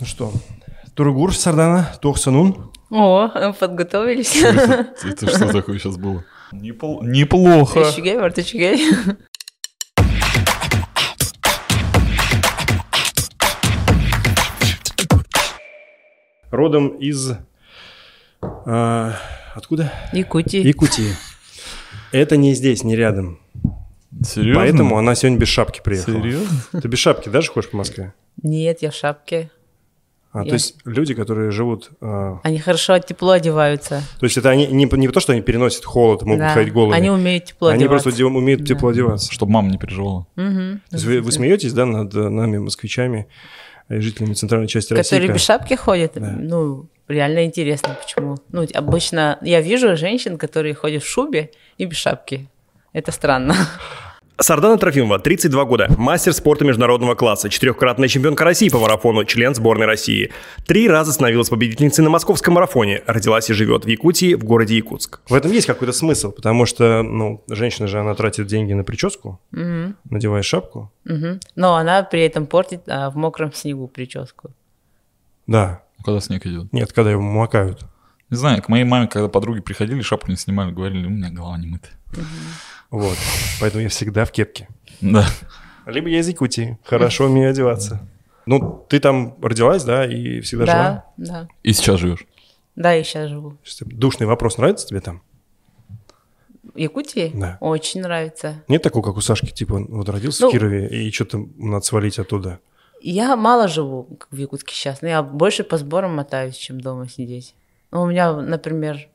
Ну что, Тургур Сардана, Тохсанун. О, подготовились. Это это что такое сейчас было? Непол- Неплохо. Артичигей, артичигей. родом из... э, откуда? Якутии. Якутии. Это не здесь, не рядом. Серьезно? Поэтому она сегодня без шапки приехала. Серьезно? Ты без шапки даже ходишь по Москве? Нет, я в шапке. А, то Я- есть люди, которые живут... э, Они хорошо от тепло одеваются. то есть это они не, не то, что они переносят холод, могут Да. ходить голыми. Они умеют тепло Они одеваться. просто де- умеют тепло одеваться. Чтобы мама не переживала. Ну, Мгм. То есть вы, вы смеетесь, да, над э, нами, москвичами, э, жителями центральной части Которые без России? шапки ходят. Да. Ну, реально интересно, почему. Ну, обычно я вижу женщин, которые ходят в шубе и без шапки. Это странно. Сардана Трофимова, 32 года, мастер спорта международного класса, четырехкратная чемпионка России по марафону, член сборной России. Три раза становилась победительницей на московском марафоне, родилась и живет в Якутии, в городе Якутск. В этом есть какой-то смысл, потому что, ну, женщина же, она тратит деньги на прическу, Мгм. надевая шапку. Мгм. Но она при этом портит а, в мокром снегу прическу. Да. Когда снег идет. Нет, когда его макают. Не знаю, к моей маме, когда подруги приходили, шапку не снимали, говорили, у меня голова не мыта. Вот. Поэтому я всегда в кепке. Да. Либо я из Якутии. Хорошо умею одеваться. Ну, ты там родилась, да, и всегда жила? Да, да. И сейчас живешь. Да, я сейчас живу. Сейчас тебе- Душный вопрос нравится тебе там? В Якутии? Да. Очень нравится. Нет такого, как у Сашки, типа, он вот родился Ну- в Кирове, и что-то надо свалить оттуда. Я мало живу как в Якутске сейчас, но я больше по сборам мотаюсь, чем дома сидеть. Ну, у меня, например,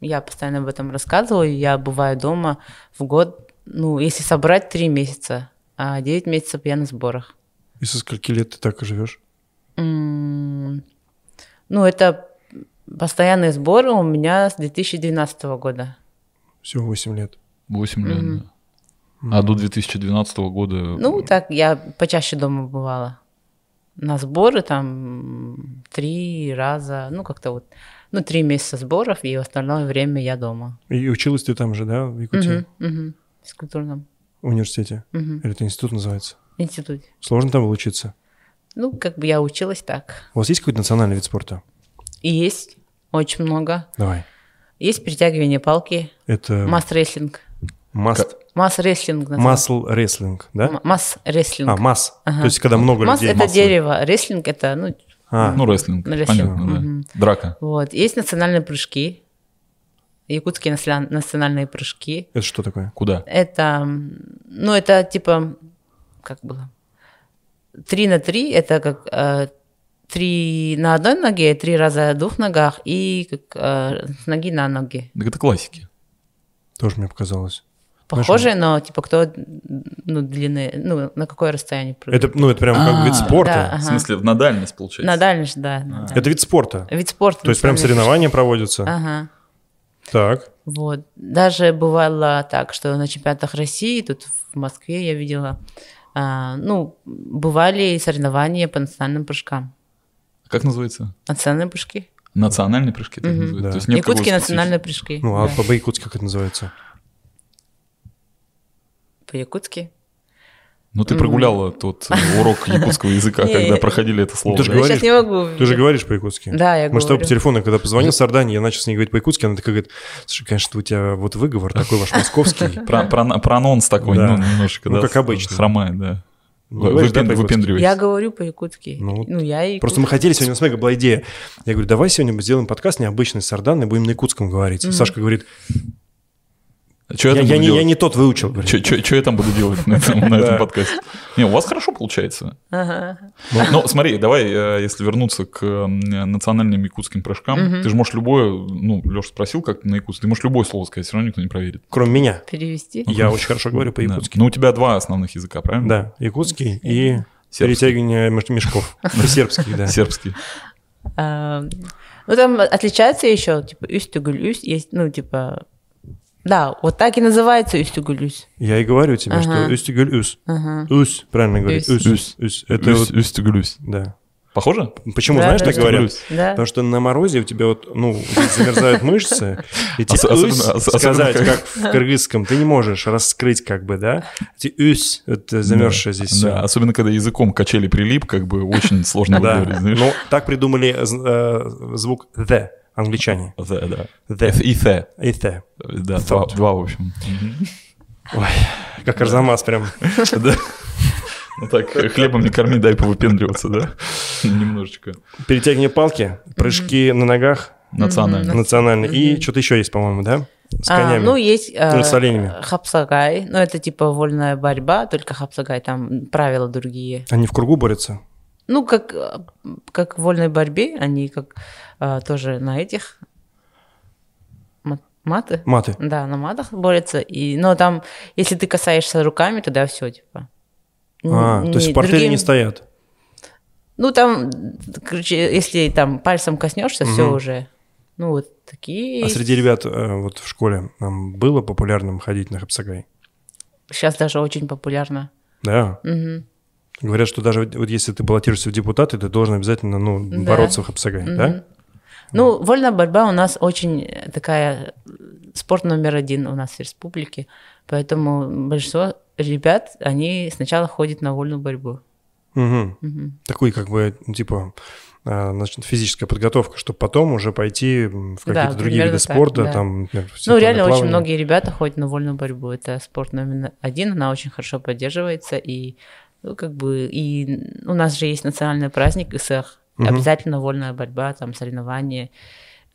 я постоянно об этом рассказываю, я бываю дома в год, ну, если собрать, три месяца, а 9 месяцев я на сборах. И со скольки лет ты так и живешь? М, М-м-м. Ну, это постоянные сборы у меня с 2012 года. Всего 8 лет. 8 лет. да. А до 2012 года... Ну, так я почаще дома бывала. На сборы там м, три раза, ну, как-то вот, ну, три месяца сборов, и в остальное время я дома. И училась ты там же, да, в Якутии? Мгм, мгм. В физкультурном В университете? Мгм. Или это институт называется? институте. Сложно там было учиться? Ну, как бы я училась так. У вас есть какой-то национальный вид спорта? И есть очень много. Давай. Есть притягивание палки, Это масс-рестлинг. масс... Масс-рестлинг называется. масл рестлинг, да? М- Масс-рестлинг. А, масс. Ага. То есть, когда много Масс людей. это дерево, рестлинг это, ну, А, Ну, рестлинг. Рестлинг, Понятно, да. мгм. Драка. вот. Есть национальные прыжки, якутские насля- национальные прыжки. это что такое? Куда? Это, м, ну, это типа, как было? Три на три, это как э, три на одной ноге, три раза на двух ногах и как э, с ноги на ноги. Так это классики. Тоже мне показалось. Похоже, но типа кто ну, длины, ну, на какое расстояние прыгает. Это, ну, это прям как А, вид да, спорта. ага. В смысле, на дальность, получается. На дальность, да. на дальность. А. Это вид спорта. Вид спорта. То есть прям национальный. соревнования проводятся. Ага. Так. Вот. Даже бывало так, что на чемпионатах России, тут в Москве я видела, а, ну, бывали и соревнования по национальным прыжкам. Как называется? Национальные прыжки. Национальные прыжки так называют. Да. То есть нет Якутские такого национальные прыжки. Ну, а да. по-якутски как это называется? По-якутски. специфики. Ну, ты прогуляла тот э, урок якутского языка, Не. когда проходили это слово. Ты же да? Ну, Я говоришь- сейчас не могу. Ты же говоришь по-якутски. Да, я Мы с тобой говорю. по телефону, когда позвонил Сардане, я начал с ней говорить по-якутски, она такая говорит, слушай, конечно, у тебя вот выговор такой ваш московский. Про, про- про анонс такой, Да. ну, немножко, Ну, да, как обычно. Хромает, да. Ну, Вы- говоришь, да, выпен- по-якутски? выпендриваетесь. Я говорю по-якутски. Ну, Ну, я и... Просто мы хотели сегодня, у нас мега была идея. Я говорю, давай сегодня мы сделаем подкаст необычный с Сарданой, будем на якутском говорить. Сашка говорит, А чё я, я, там я буду не, я делать? не тот выучил. говорит. Чё- чё- чё я там буду делать на этом, на этом подкасте? Не, у вас хорошо получается. Ага. Ну, смотри, давай, э, если вернуться к э, национальным якутским прыжкам, ты же можешь любое, ну, Леша спросил, как на якутском, ты можешь любое слово сказать, все равно никто не проверит. Кроме меня. Перевести. Я очень хорошо говорю по-якутски. Да. Ну, у тебя два основных языка, правильно? Да, якутский и Сербский. перетягивание меж- мешков. Сербский, да. Сербский. А, ну, там отличается еще, типа, юстюгуль, юсть, есть, ну, типа... Да, вот так и называется юстюгуль, юсть. Я и говорю тебе, что Ага. «Ус тигуль ус». Ага. Ус, правильно говорить. Ус. Ус. Ус. Это вот, Устюглюсь. да. Похоже? Почему, Да, знаешь, да, так да. говорят? Да. Потому что на морозе у тебя вот, ну, замерзают мышцы, и тебе Ос- особенно- «Усь» ос- особенно сказать, как- как в кыргызском, ты не можешь раскрыть как бы, да? Эти «усь», это замерзшее здесь всё. Да, особенно когда языком к качели прилип, как бы очень сложно Да, выговорить, знаешь? ну, так придумали э, звук «the» англичане. Да, да. «The» И «th». и «the». Да, два, два, в общем. Как Арзамас прям. Да. Ну так, э, хлебом не корми, дай повыпендриваться, да? Немножечко. Перетягивание палки, прыжки на ногах Национально. Ну, национальные. И что-то еще есть, по-моему, да? С А, конями. ну, есть Ну, с оленями. хапсагай, ну, это типа вольная борьба, только хапсагай, там правила другие. Они в кругу борются. Ну, как, э, как в вольной борьбе, они как э, тоже на этих ма- маты. Маты. Да, на матах борются. И, но там, если ты касаешься руками, тогда все, типа. А, Н- то есть не- в портере другим- не стоят. Ну, там, короче, если там пальцем коснешься, все Мгм. уже. Ну, вот такие. А среди ребят э, вот в школе нам было популярным ходить на хапсагай? Сейчас даже очень популярно. Да. Мгм. Говорят, что даже вот если ты баллотируешься в депутаты, ты должен обязательно ну, Да. бороться в хапсагай, да? Ну, вольная борьба у нас очень э, такая э, спорт номер один у нас в республике, поэтому большинство ребят, они сначала ходят на вольную борьбу. Мгм. Мгм. Такой как бы, ну, типа, а, значит, физическая подготовка, чтобы потом уже пойти м, в Да, какие-то другие примерно виды так, спорта, да. там, например, в Ну, реально сетевое очень плавание. многие ребята ходят на вольную борьбу. Это спорт номер один, она очень хорошо поддерживается и ну, как бы и у нас же есть национальный праздник ИСЭХ. Мгм. Обязательно вольная борьба, там соревнования,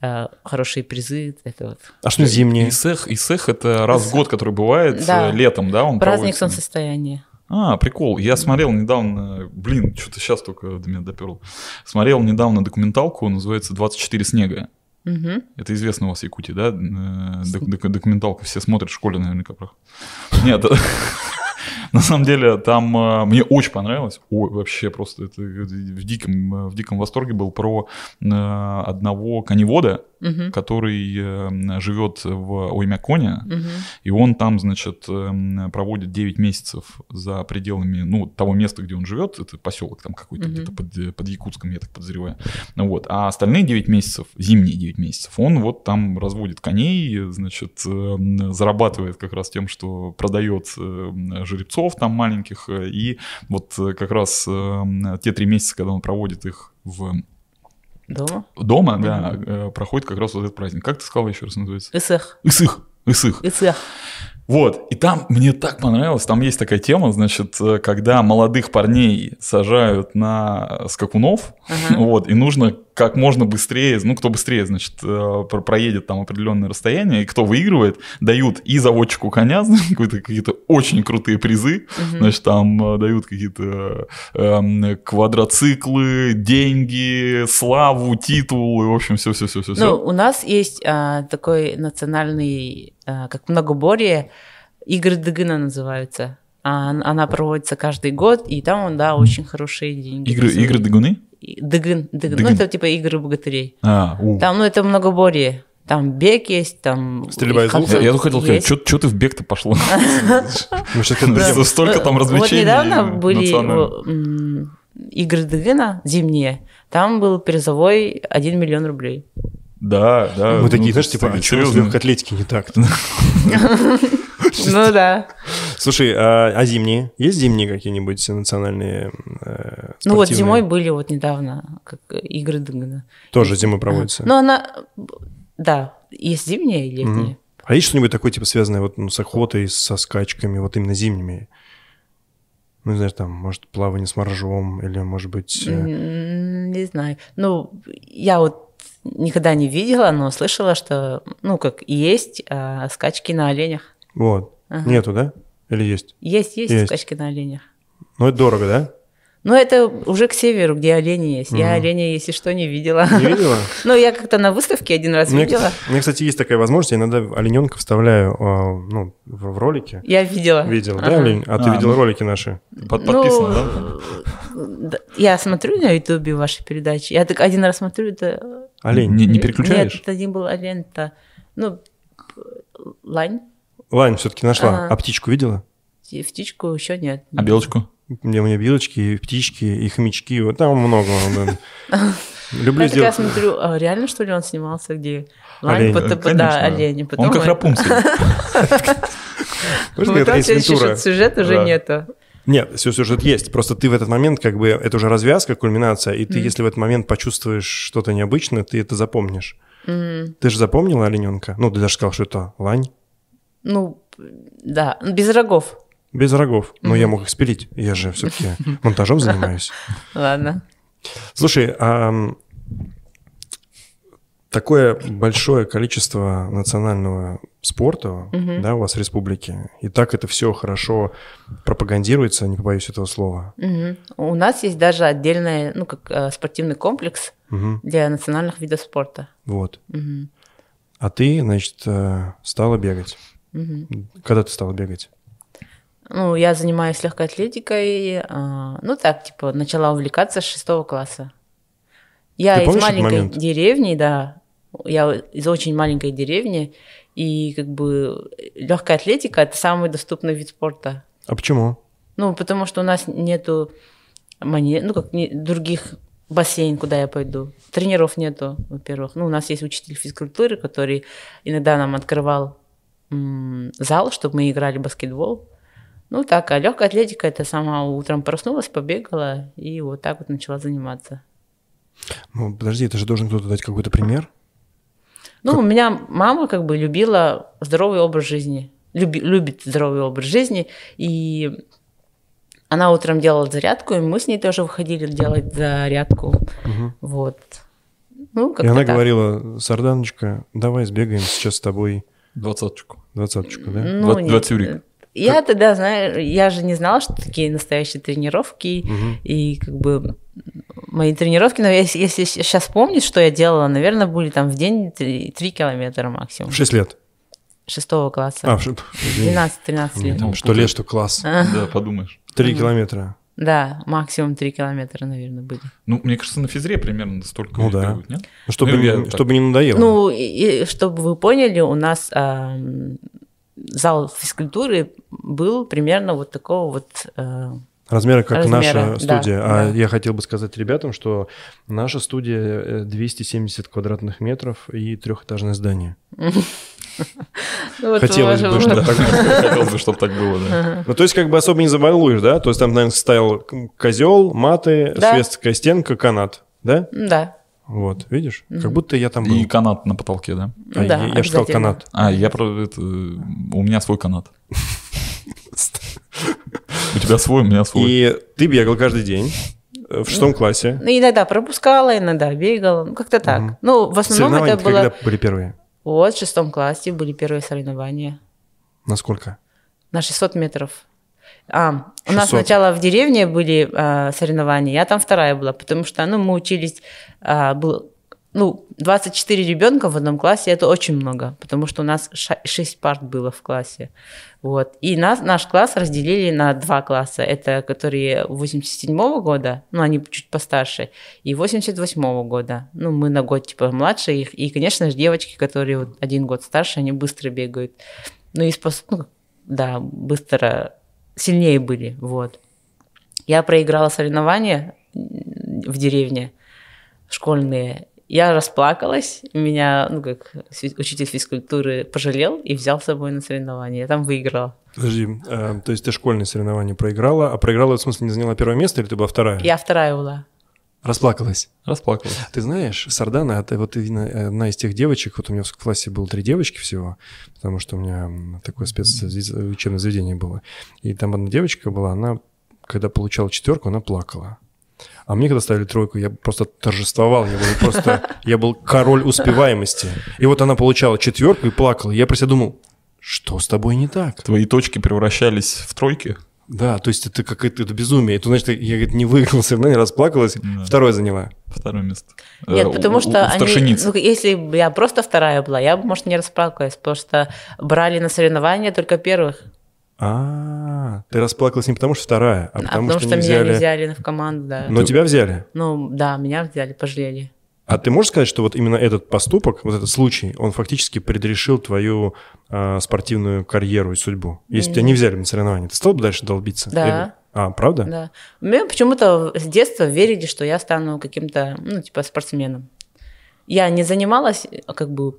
э, хорошие призы, это вот. А что зимние? Исех, Исех это раз в год, который бывает Да. э, летом, да, он Праздник проводится? солнцестояния. А, прикол. Я смотрел недавно, блин, что-то сейчас только до меня доперло. Смотрел недавно документалку, называется «24 снега». Мгм. Это известно у вас в Якутии, да? Э, док- док- Документалка все смотрят в школе наверняка. про- Нет, э, на самом деле там э, мне очень понравилось. Ой, вообще просто это в диком, э, в диком восторге был про э, одного коневода, Мгм. который э, живет в Оймяконе, Мгм. и он там, значит, эм, проводит 9 месяцев за пределами, ну, того места, где он живет, это поселок там какой-то Мгм. где-то под, э, под Якутском, я так подозреваю. Ну вот, а остальные 9 месяцев, зимние 9 месяцев, он вот там разводит коней, э, значит, эм, зарабатывает как раз тем, что продает эм, жеребцов там маленьких, э, и вот э, как раз эм, те 3 месяца, когда он проводит их в Дома? дома, да, э, проходит как раз вот этот праздник. Как ты сказал еще раз называется? Исых. Исых. Исых. Исых. Вот, и там мне так понравилось, там есть такая тема, значит, э, когда молодых парней сажают на э, скакунов, Ага. вот, и нужно как можно быстрее, ну, кто быстрее, значит, э, про- проедет там определенное расстояние, и кто выигрывает, дают и заводчику коня, знаешь, какой-то- какие-то очень крутые призы, значит, там э, дают какие-то э, эм, квадроциклы, деньги, славу, титул, и, в общем, все-все-все-все. Ну, у нас есть а, такой национальный, а, как многоборье, игры Дыгына называются. А, н- она проводится каждый год, и там, да, очень хорошие деньги. игры, Дыгын. игры Дагуны? Дыгын, Дыгын. Дыгын. Ну, это типа игры богатырей. А, у. Там, ну, это многоборье. Там бег есть, там... Стрельба и из лука? хапса Я, я тут хотел сказать, есть. что ты в бег-то пошла? Мы сейчас к этому придем. Что Столько там развлечений. Э, Вот недавно и были национальных. о, м, игры Дыгына зимние. Там был призовой 1 миллион рублей. Да, да. Мы ну, такие, то знаешь, есть, типа, а что с серьезно. легкой атлетикой не так? Ну да. Слушай, а, а зимние? Есть зимние какие-нибудь национальные э, Ну вот спортивные? зимой были вот недавно как э, игры Дыгана. Тоже зимой проводятся? Но она, э, да, есть зимняя и летняя. А есть что-нибудь такое, типа, связанное вот ну, с охотой, со скачками, вот именно зимними? Ну, не знаешь, там, может, плавание с моржом, или, может быть... э, М, Не знаю. Ну, я вот никогда не видела, но слышала, что, ну, как есть а, скачки на оленях. Вот. Ага. Нету, да? Или есть? Есть, есть, Есть. скачки на оленях. Ну, это дорого, да? Но это уже к северу, где олени есть. Я оленя, если что, не видела. Не видела? Ну, я как-то на выставке один раз Мне, видела. мне, кстати, есть такая возможность. Я иногда олененка вставляю а, ну, в, в ролики. Я видела. Видел, да, Ага. олень? А, ты А, видел ну. ролики наши? Под- Подписано, да? Ну, да, Я смотрю на Ютубе ваши передачи. Я так один раз смотрю, это... Олень. Не, не переключаешь? Нет, это не был олень, это... Ну, п- лань, Лань все-таки нашла. Ага. А птичку видела? и птичку еще нет. А белочку? где у меня белочки, и птички, и хомячки, вот там много. да. Люблю Я такая сделать. смотрю, а реально, что ли, он снимался, где лань, Олень. Ну, пот- Э, пот- да, конечно. олени. Он потом как Рапунцель. Знаешь, Потом какая-то есть следующий Вентура. сюжет- сюжет уже Да. нету. Нет, все сюжет есть. Просто ты в этот момент, как бы, это уже развязка, кульминация, и ты, если в этот момент почувствуешь что-то необычное, ты это запомнишь. Ты же запомнила олененка? Ну, ты даже сказал, что это лань. Ну, да, без рогов. Без рогов. Но я мог их спилить. Я же все-таки монтажом занимаюсь. Ладно. Слушай, а м, такое большое количество национального спорта, да, у вас в республике, и так это все хорошо пропагандируется, не побоюсь этого слова. Мгм. У нас есть даже отдельный, ну, как э, спортивный комплекс Мгм. для национальных видов спорта. Вот. Мгм. А ты, значит, э, стала бегать. Мгм. Когда ты стала бегать? Ну, я занимаюсь легкой атлетикой, э, ну, так, типа, начала увлекаться с шестого класса. Я Ты из помнишь этот маленькой момент? деревни, да, я из очень маленькой деревни, и как бы легкая атлетика – это самый доступный вид спорта. А почему? Ну, потому что у нас нету монет, ну, как не- других бассейн, куда я пойду. Тренеров нету, во-первых. Ну, у нас есть учитель физкультуры, который иногда нам открывал м, зал, чтобы мы играли в баскетбол. Ну, так, а легкая атлетика, это сама утром проснулась, побегала и вот так вот начала заниматься. Ну, подожди, это же должен кто-то дать какой-то пример. Ну, у меня мама как бы любила здоровый образ жизни, люби- любит здоровый образ жизни, и она утром делала зарядку, и мы с ней тоже выходили делать зарядку, Мгм. вот. Ну, как И она говорила, Сарданочка, давай сбегаем сейчас с тобой Двадцаточку. двадцаточку, да? Два- два тюрика. Ну, Я тогда, знаю, я же не знала, что такие настоящие тренировки, Мгм. и как бы мои тренировки, но если, если сейчас помнить, что я делала, наверное, были там в день 3, километра максимум, В шесть лет. шестого класса, А, в ш- извини. 12-13 лет. Мне там Ну, Что лет, что класс. Да, подумаешь. Три километра. Да, максимум 3 километра, наверное, были. Ну, мне кажется, на физре примерно столько Ну людей да. бегают, нет? Ну, чтобы, Ну, я не, так. чтобы не надоело. Ну, и, и чтобы вы поняли, у нас ам, зал физкультуры был примерно вот такого вот... э, Размеры, как размера, наша да, студия. а да. я хотел бы сказать ребятам, что наша студия э, 270 квадратных метров и трехэтажное здание. ну, вот Хотелось бы, ваше- чтобы Да. Хотелось бы, чтобы так было, да. Ну, то есть, как бы особо не забалуешь, да? То есть, там, наверное, стоял к- козел, маты, Да. шведская стенка, канат, да? Да, Вот, видишь? Как будто я там был. И канат на потолке, да? А, да, я- я же сказал обязательно. канат. А, я про это... У меня свой канат. У тебя свой, у меня свой. И ты бегал каждый день э, в шестом классе. Ну, иногда пропускала, иногда бегала, ну, как-то так. Ну, в основном Соревнования это было... когда были первые? Вот, в шестом классе были первые соревнования Насколько? на 600 метров. А, у 600. нас сначала в деревне были а, соревнования, я там вторая была, потому что, ну, мы учились, а, был, ну, 24 ребенка в одном классе, это очень много, потому что у нас 6 парт было в классе, вот. И нас, наш класс разделили на два класса, это которые 87 года, ну, они чуть постарше, и 88 года, ну, мы на год, типа, младше их, и, конечно же, девочки, которые вот один год старше, они быстро бегают, ну, и спос- ну, да, быстро сильнее были, вот. Я проиграла соревнования в деревне школьные. Я расплакалась, меня, ну как, фи- учитель физкультуры пожалел и взял с собой на соревнования. Я там выиграла. Подожди, э, то есть ты школьные соревнования проиграла, а проиграла в смысле не заняла первое место или ты была вторая? Я вторая была. Расплакалась. Расплакался. Ты знаешь, Сардана, это вот именно э, одна из тех девочек, вот у меня в классе было три девочки всего, потому что у меня м, такое спецзвез- учебное заведение было. И там одна девочка была, она, когда получала четверку, она плакала. А мне, когда ставили тройку, я просто торжествовал, я был просто, я был король успеваемости. И вот она получала четверку и плакала. Я про себя думал, что с тобой не так? Твои точки превращались в тройки. Да, то есть это какое-то это безумие. Это значит, я говорит, не выиграл соревнование, расплакалась, Да. второе заняла. Второе место. Э, Нет, у- потому у- что у они, старшеницы. ну, если бы я просто вторая была, я бы, может, не расплакалась, потому что брали на соревнования только первых, А, ты расплакалась не потому, что вторая, а а потому, что, не меня взяли. не взяли в команду, да. Но тебя взяли. Ну, да, меня взяли, пожалели. А ты можешь сказать, что вот именно этот поступок, вот этот случай, он фактически предрешил твою а, спортивную карьеру и судьбу? Если бы тебя не взяли бы на соревнования, ты стал бы дальше долбиться? Да. А, правда? Да. Мне почему-то с детства верили, что я стану каким-то, ну, типа, спортсменом. Я не занималась, как бы,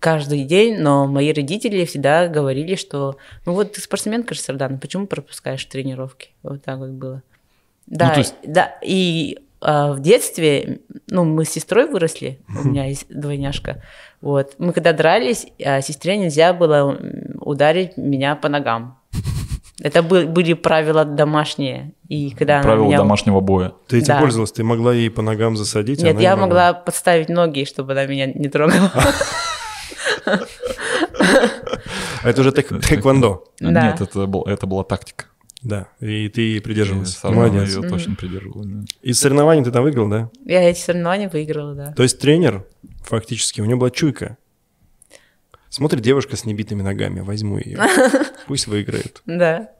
каждый день, но мои родители всегда говорили, что, ну, вот ты спортсменка же, Сардана, почему пропускаешь тренировки? Вот так вот было. Да, Ну, то есть- да, и а, в детстве, ну, мы с сестрой выросли, у меня есть двойняшка, вот, мы когда дрались, а, сестре нельзя было м, ударить меня по ногам. Это бы- были правила домашние, и когда она Правила меня- домашнего боя. Ты этим Да. пользовалась, ты могла ей по ногам засадить? Нет, она я не могла подставить ноги, чтобы она меня не трогала. А это уже тэк- тэквондо. э. Да. Нет, это, был, это была тактика. Да, и ты ей придерживалась. Сардана Молодец. её точно придерживалась. да. Из соревнований ты там выиграл, да? Я эти соревнования выиграла, да. То есть тренер, фактически, у него была чуйка. Смотрит девушка с небитыми ногами, возьму ее. Пусть выиграет. Да.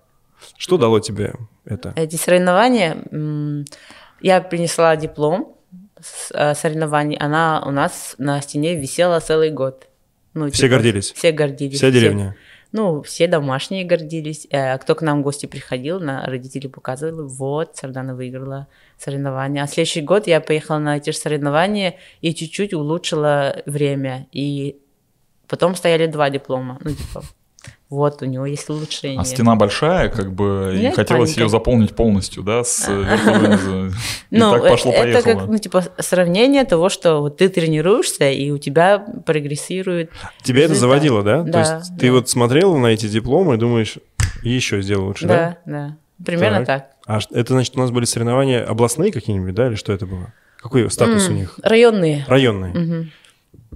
Что дало тебе это? Эти соревнования, м, я принесла диплом с э, соревнований, она у нас на стене висела целый год. Ну, Все гордились? Все гордились. Вся все- деревня. ну, все домашние гордились. Э, кто к нам в гости приходил, на родители показывали, вот, Сардана выиграла соревнования. А следующий год я поехала на эти же соревнования и чуть-чуть улучшила время. И потом стояли два диплома. Ну, типа, вот, у него есть улучшение. А стена большая, как бы, и Нет, хотелось паника. ее заполнить полностью, да, с э, вертовым. И Ну, так э, пошло-поехало. это как, ну, типа, сравнение того, что вот ты тренируешься, и у тебя прогрессирует. Тебя это Результат. заводило, да? То Да, есть ты да. вот смотрел на эти дипломы и думаешь, еще сделал лучше, да? Да, да. Примерно так. А ш- это значит, у нас были соревнования областные какие-нибудь, да, или что это было? Какой статус у М, них? Районные. Районные. Мгм.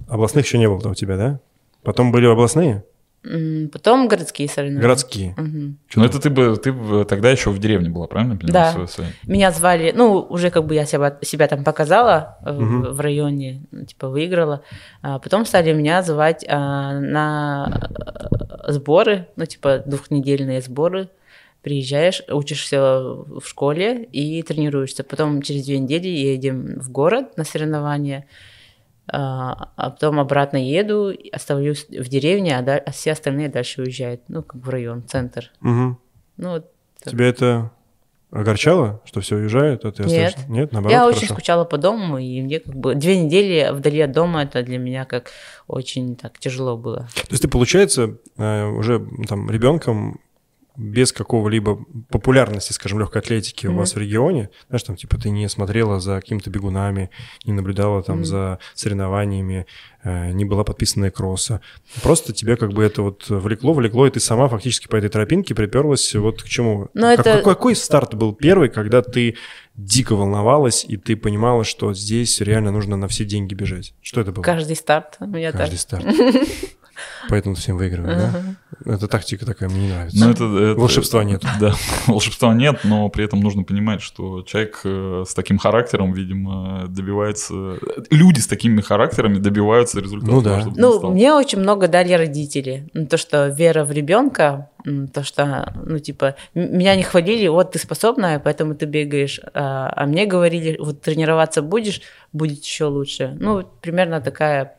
Областных еще не было у тебя, да? Потом были областные? М, Потом городские соревнования. Городские. Мгм. Но ну, это ты бы, ты бы тогда еще в деревне была, правильно? я понимаю, Да. свою- свою? Меня звали, ну, уже как бы я себя, себя там показала э, Мгм. в районе, ну, типа, выиграла. А потом стали меня звать а, на э, сборы, ну, типа, двухнедельные сборы. Приезжаешь, учишься в школе и тренируешься. Потом через две недели едем в город на соревнования, а а потом обратно еду, оставлюсь в деревне, а, да- а все остальные дальше уезжают, ну, как бы в район, центр. Мгм. Ну, вот Так. Тебя это огорчало, что все уезжают, а ты Нет. остаешься? Нет, наоборот, Я хорошо. очень скучала по дому, и мне как бы две недели вдали от дома это для меня как очень так тяжело было. То есть ты, получается, э, уже м, там ребенком без какого-либо популярности, скажем, легкой атлетики у Мгм. вас в регионе, знаешь, там, типа, ты не смотрела за какими-то бегунами, не наблюдала там Мгм. за соревнованиями, э, не была подписанная кросса. Просто тебя как бы это вот влекло, влекло, и ты сама фактически по этой тропинке приперлась вот к чему. Но Как- это- какой, какой старт был первый, когда ты дико волновалась, и ты понимала, что здесь реально нужно на все деньги бежать? Что это было? Каждый старт у меня Каждый так. старт. Поэтому всем выигрываем, да? Мгм. Это тактика такая, мне не Ну, нравится. это, это- Волшебства нет. Да, волшебства нет, но при этом нужно понимать, что человек э, с таким характером, видимо, добивается... э, Люди с такими характерами добиваются результата. Ну да. Ну, мне очень много дали родители. Ну, То, что вера в ребенка, м, то, что, ну, типа, м- меня не хвалили, вот ты способная, поэтому ты бегаешь. А а мне говорили, вот тренироваться будешь, будет еще лучше. Ну, вот примерно такая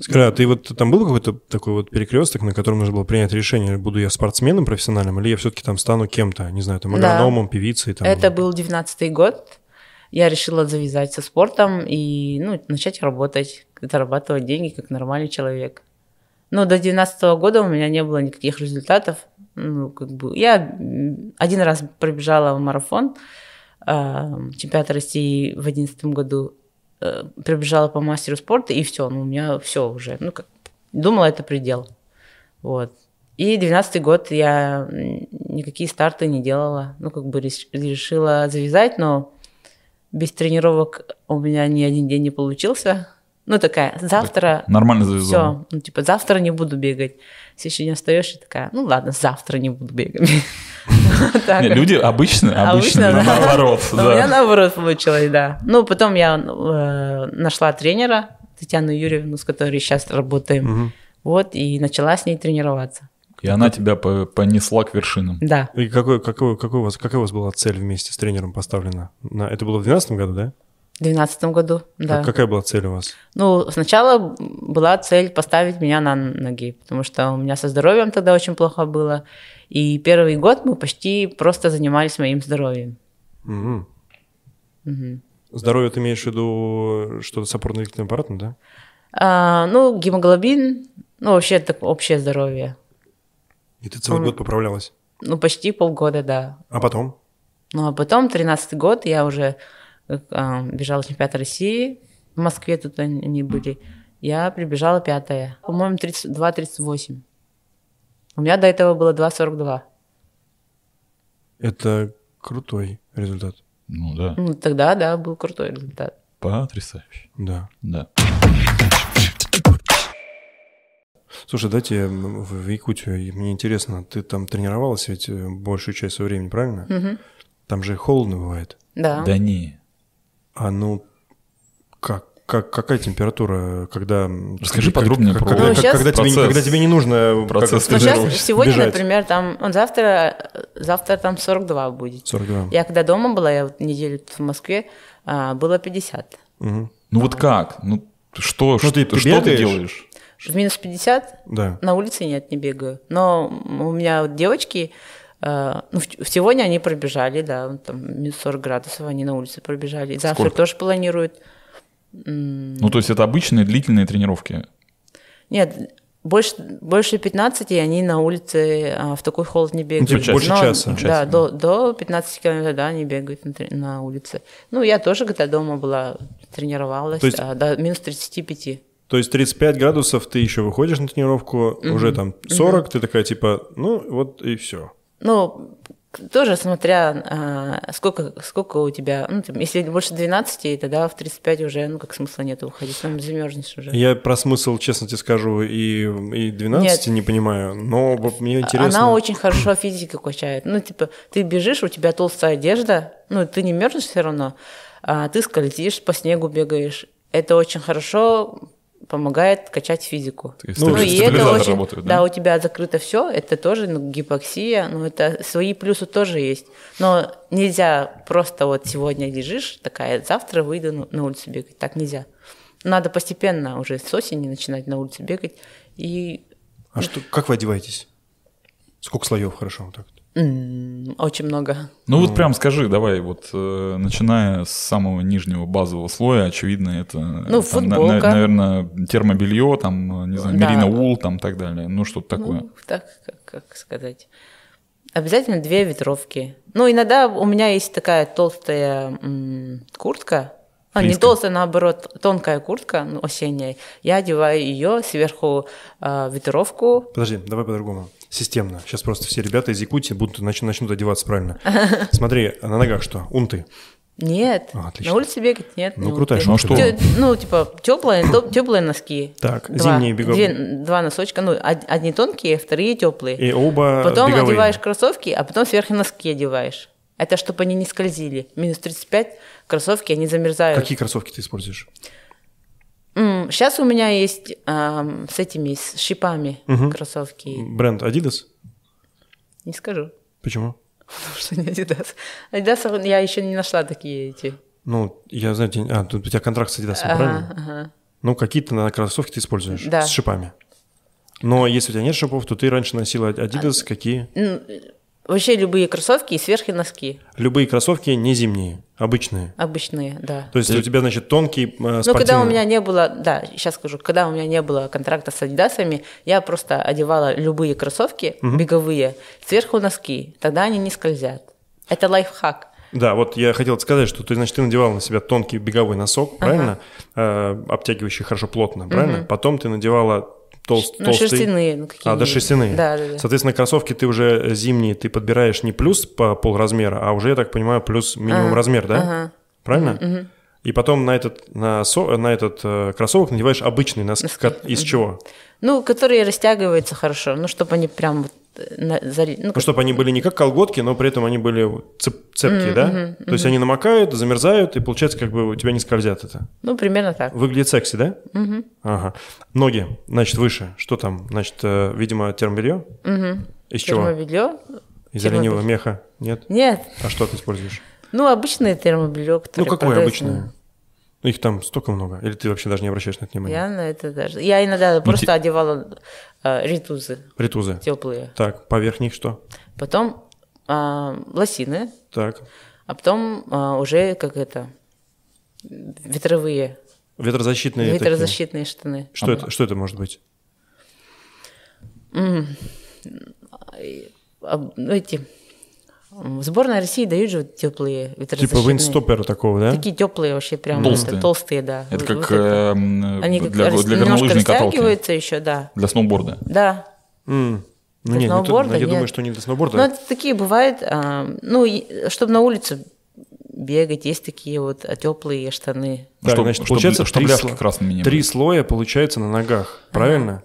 Скажи, а ты вот там был какой-то такой вот перекресток, на котором нужно было принять решение, буду я спортсменом профессиональным, или я все-таки там стану кем-то, не знаю, там Да. агрономом, певицей? Там, Это был 19-й год. Я решила завязать со спортом и ну, начать работать, зарабатывать деньги как нормальный человек. Но до 19 года у меня не было никаких результатов. Ну, как бы я м, один раз пробежала в марафон а, чемпионат России в 2011 году, э, пробежала по мастеру спорта, и все, ну, у меня все уже. Ну, как, думала, это предел. Вот. И 12 год я м, никакие старты не делала. Ну, как бы реш- решила завязать, но без тренировок у меня ни один день не получился. Ну, такая, завтра... Нормально Все, завязал. ну, типа, завтра не буду бегать. Следующий день встаешь и такая, ну, ладно, завтра не буду бегать. Вот так Не, вот. люди обычно, обычно, Обычно, да. Ну, наоборот. У меня да. наоборот получилось, да. Ну, потом я э, нашла тренера, Татьяну Юрьевну, с которой сейчас работаем. Мгм. Вот, и начала с ней тренироваться. И она тебя по- понесла к вершинам. Да. И какой, какой, какой у вас, какая у вас была цель вместе с тренером поставлена? На, это было в 2012 году, да? В 2012 году, А да. Как- Какая была цель у вас? Ну, сначала была цель поставить меня на ноги, потому что у меня со здоровьем тогда очень плохо было. И первый год мы почти просто занимались моим здоровьем. Мгм. Мгм. Здоровье ты имеешь в виду что-то с опорно-двигательным аппаратом, ну да? А, ну, гемоглобин, ну, вообще так общее здоровье. И ты целый Мгм. год поправлялась. Ну, почти полгода, да. А потом? Ну, а потом, 13-й год, я уже э, а, бежала чемпионат России. В Москве тут они они были. Я прибежала пятая. По-моему, 32-38. У меня до этого было 2,42. Это крутой результат. Ну да, Ну, тогда, да, был крутой результат. потрясающе. Да. Да. Слушай, дайте м, в в Якутию. И Мне интересно, ты там тренировалась ведь э, большую часть своего времени, правильно? Мгм. Там же холодно бывает. Да. Да не. А ну, как, как, какая температура, когда... м, Расскажи как- подробнее как- про когда, Ну, как- щас- когда тебе, не- Процесс. когда тебе не нужно... как- Процесс Ну, Ты сейчас, здоров. сегодня, Бежать. например, там, он завтра, завтра там 42 будет. 42. Я когда дома была, я вот неделю в Москве, а, было 50. Мгм. Ну вот как? Ну что, Ну, что, ты- что ты ты, бегаешь? делаешь? В минус 50 Да. на улице нет, не бегаю. Но у меня вот девочки, э, ну, в- сегодня они пробежали, да, вот там минус 40 градусов они на улице пробежали. И завтра Сколько? тоже планируют. М, Ну то есть это обычные длительные тренировки. Нет, больше, больше 15 они на улице а, в такой холод не бегают. типа, больше Но, часа. Да, Часа, до, до 15 километров, да, они бегают на, тре- на улице. Ну, я тоже, когда дома была, тренировалась, То есть- а, до минус 35. То есть 35 градусов, ты еще выходишь на тренировку, уже там 40, ты такая типа, ну вот и все. Ну, к- тоже смотря, а, сколько, сколько у тебя, ну, там, если больше 12, тогда в 35 уже, ну, как смысла нет уходить, там замерзнешь уже. Я про смысл, честно тебе скажу, и, и 12 не понимаю, но вот мне интересно. А, Она очень хорошо физику качает. Ну, типа, ты бежишь, у тебя толстая одежда, ну, ты не мерзнешь все равно, а ты скользишь, по снегу бегаешь. Это очень хорошо помогает качать физику. То есть Ну, стабили- и это стабилизаторы очень- работают, да? у тебя закрыто все, это тоже ну, гипоксия, но это свои плюсы тоже есть. Но нельзя просто вот сегодня лежишь, такая, завтра выйду на- на улицу бегать. Так нельзя. Надо постепенно уже с осени начинать на улице бегать. И А что, как вы одеваетесь? Сколько слоев хорошо вот так? вот? м, очень много. Ну вот прям скажи, давай, вот э, начиная с самого нижнего базового слоя, очевидно, это, Ну, футболка. наверное, термобелье, там, э, не знаю, Да. мерина ул, там, так далее, ну что-то такое. Ну, так, как, как сказать. Обязательно две ветровки. Ну, иногда у меня есть такая толстая м, куртка. А, не Флиска. толстая, наоборот, тонкая куртка, ну, осенняя. Я одеваю ее сверху а, ветровку. Подожди, давай по-другому. Системно. Сейчас просто все ребята из Якутии будут нач- начнут одеваться правильно. Смотри, а на ногах что? Унты. Нет. А, отлично. на улице бегать нет. Ну, крутая ты- Ну а штука. что? Тё- ну, типа, теплые, теплые носки. Так, Два- зимние беговые. две- два носочка. Ну, од- одни тонкие, вторые теплые. И оба Потом Э, беговые. одеваешь кроссовки, а потом сверху носки одеваешь. Это чтобы они не скользили. Минус 35, кроссовки, они замерзают. Какие кроссовки ты используешь? Сейчас у меня есть ам, с этими, с шипами кроссовки. Бренд Adidas? Не скажу, Почему? потому что не Adidas. Adidas я еще не нашла такие эти. Ну, я знаю, те- а, тут у тебя контракт с Adidas, Ага, правильно? ага. Ну, какие-то на кроссовки ты используешь Да. с шипами. Но если у тебя нет шипов, то ты раньше носила Adidas, какие? Ну, Вообще любые кроссовки и сверху носки. Любые кроссовки не зимние, обычные. Обычные, да. То есть у тебя, значит, тонкий э, Но Ну, когда у спортивный- меня не было, да, сейчас скажу, когда у меня не было контракта с Адидасами, я просто одевала любые кроссовки беговые, сверху носки, тогда они не скользят. Это лайфхак. Да, вот я хотел сказать, что ты, значит, ты надевал на себя тонкий беговой носок, правильно? Э, обтягивающий хорошо плотно, правильно? Потом ты надевала толст, Ну, толстый... шерстяные, ну, А, да, какие-нибудь. шерстяные. Да, да, да. Соответственно, кроссовки ты уже зимние, ты подбираешь не плюс по полразмера, а уже, я так понимаю, плюс минимум размер, да? ага. Правильно? И потом на этот, на, со- на этот э, кроссовок надеваешь обычный носки. Носки. Ко- Из чего? Ну, которые растягиваются хорошо, ну, чтобы они прям вот э, на- зали- ну, Ну, как- чтобы они были не как колготки, но при этом они были вот цеп- цепкие, да? То есть они намокают, замерзают, и получается, как бы у тебя не скользят это. ну, примерно так. Выглядит секси, да? Ага. Ноги, значит, выше. Что там? Значит, э, видимо, термобелье? Из чего? Термобелье? Из термобель. оленевого меха? Нет? Нет, А что ты используешь? ну, обычное термобелье, которое ну, какое продается. обычное? Ну, Их там столько много. Или ты вообще даже не обращаешь на это внимания? Я на это даже... Я иногда просто те- одевала э, ритузы Ритузы. теплые. Так, поверх них что? Потом а, лосины, Так. а потом а, уже как это... Ветровые, Ветрозащитные. такие. ветрозащитные штаны. Что, это, что это может быть? А, ну, эти... м, Сборная России дают же вот теплые Типа ветрозащитные. виндстопера такого, да? Такие теплые вообще прям. Толстые. это, толстые, да. Это Вот- как вот это. эм, Они для, как для рас- немножко горнолыжной каталки. растягиваются еще, да. Для сноуборда. Да, М. Ну, Для не, ну, то- сноуборда я нет. думаю, что не для Ну, сноуборда. это такие бывают. а, ну, чтобы на улице бегать, есть такие вот а, теплые штаны. Так, Чтоб- значит, чтоб- получается чтоб три, ляжки сло- красными не три были. слоя получается на ногах, правильно?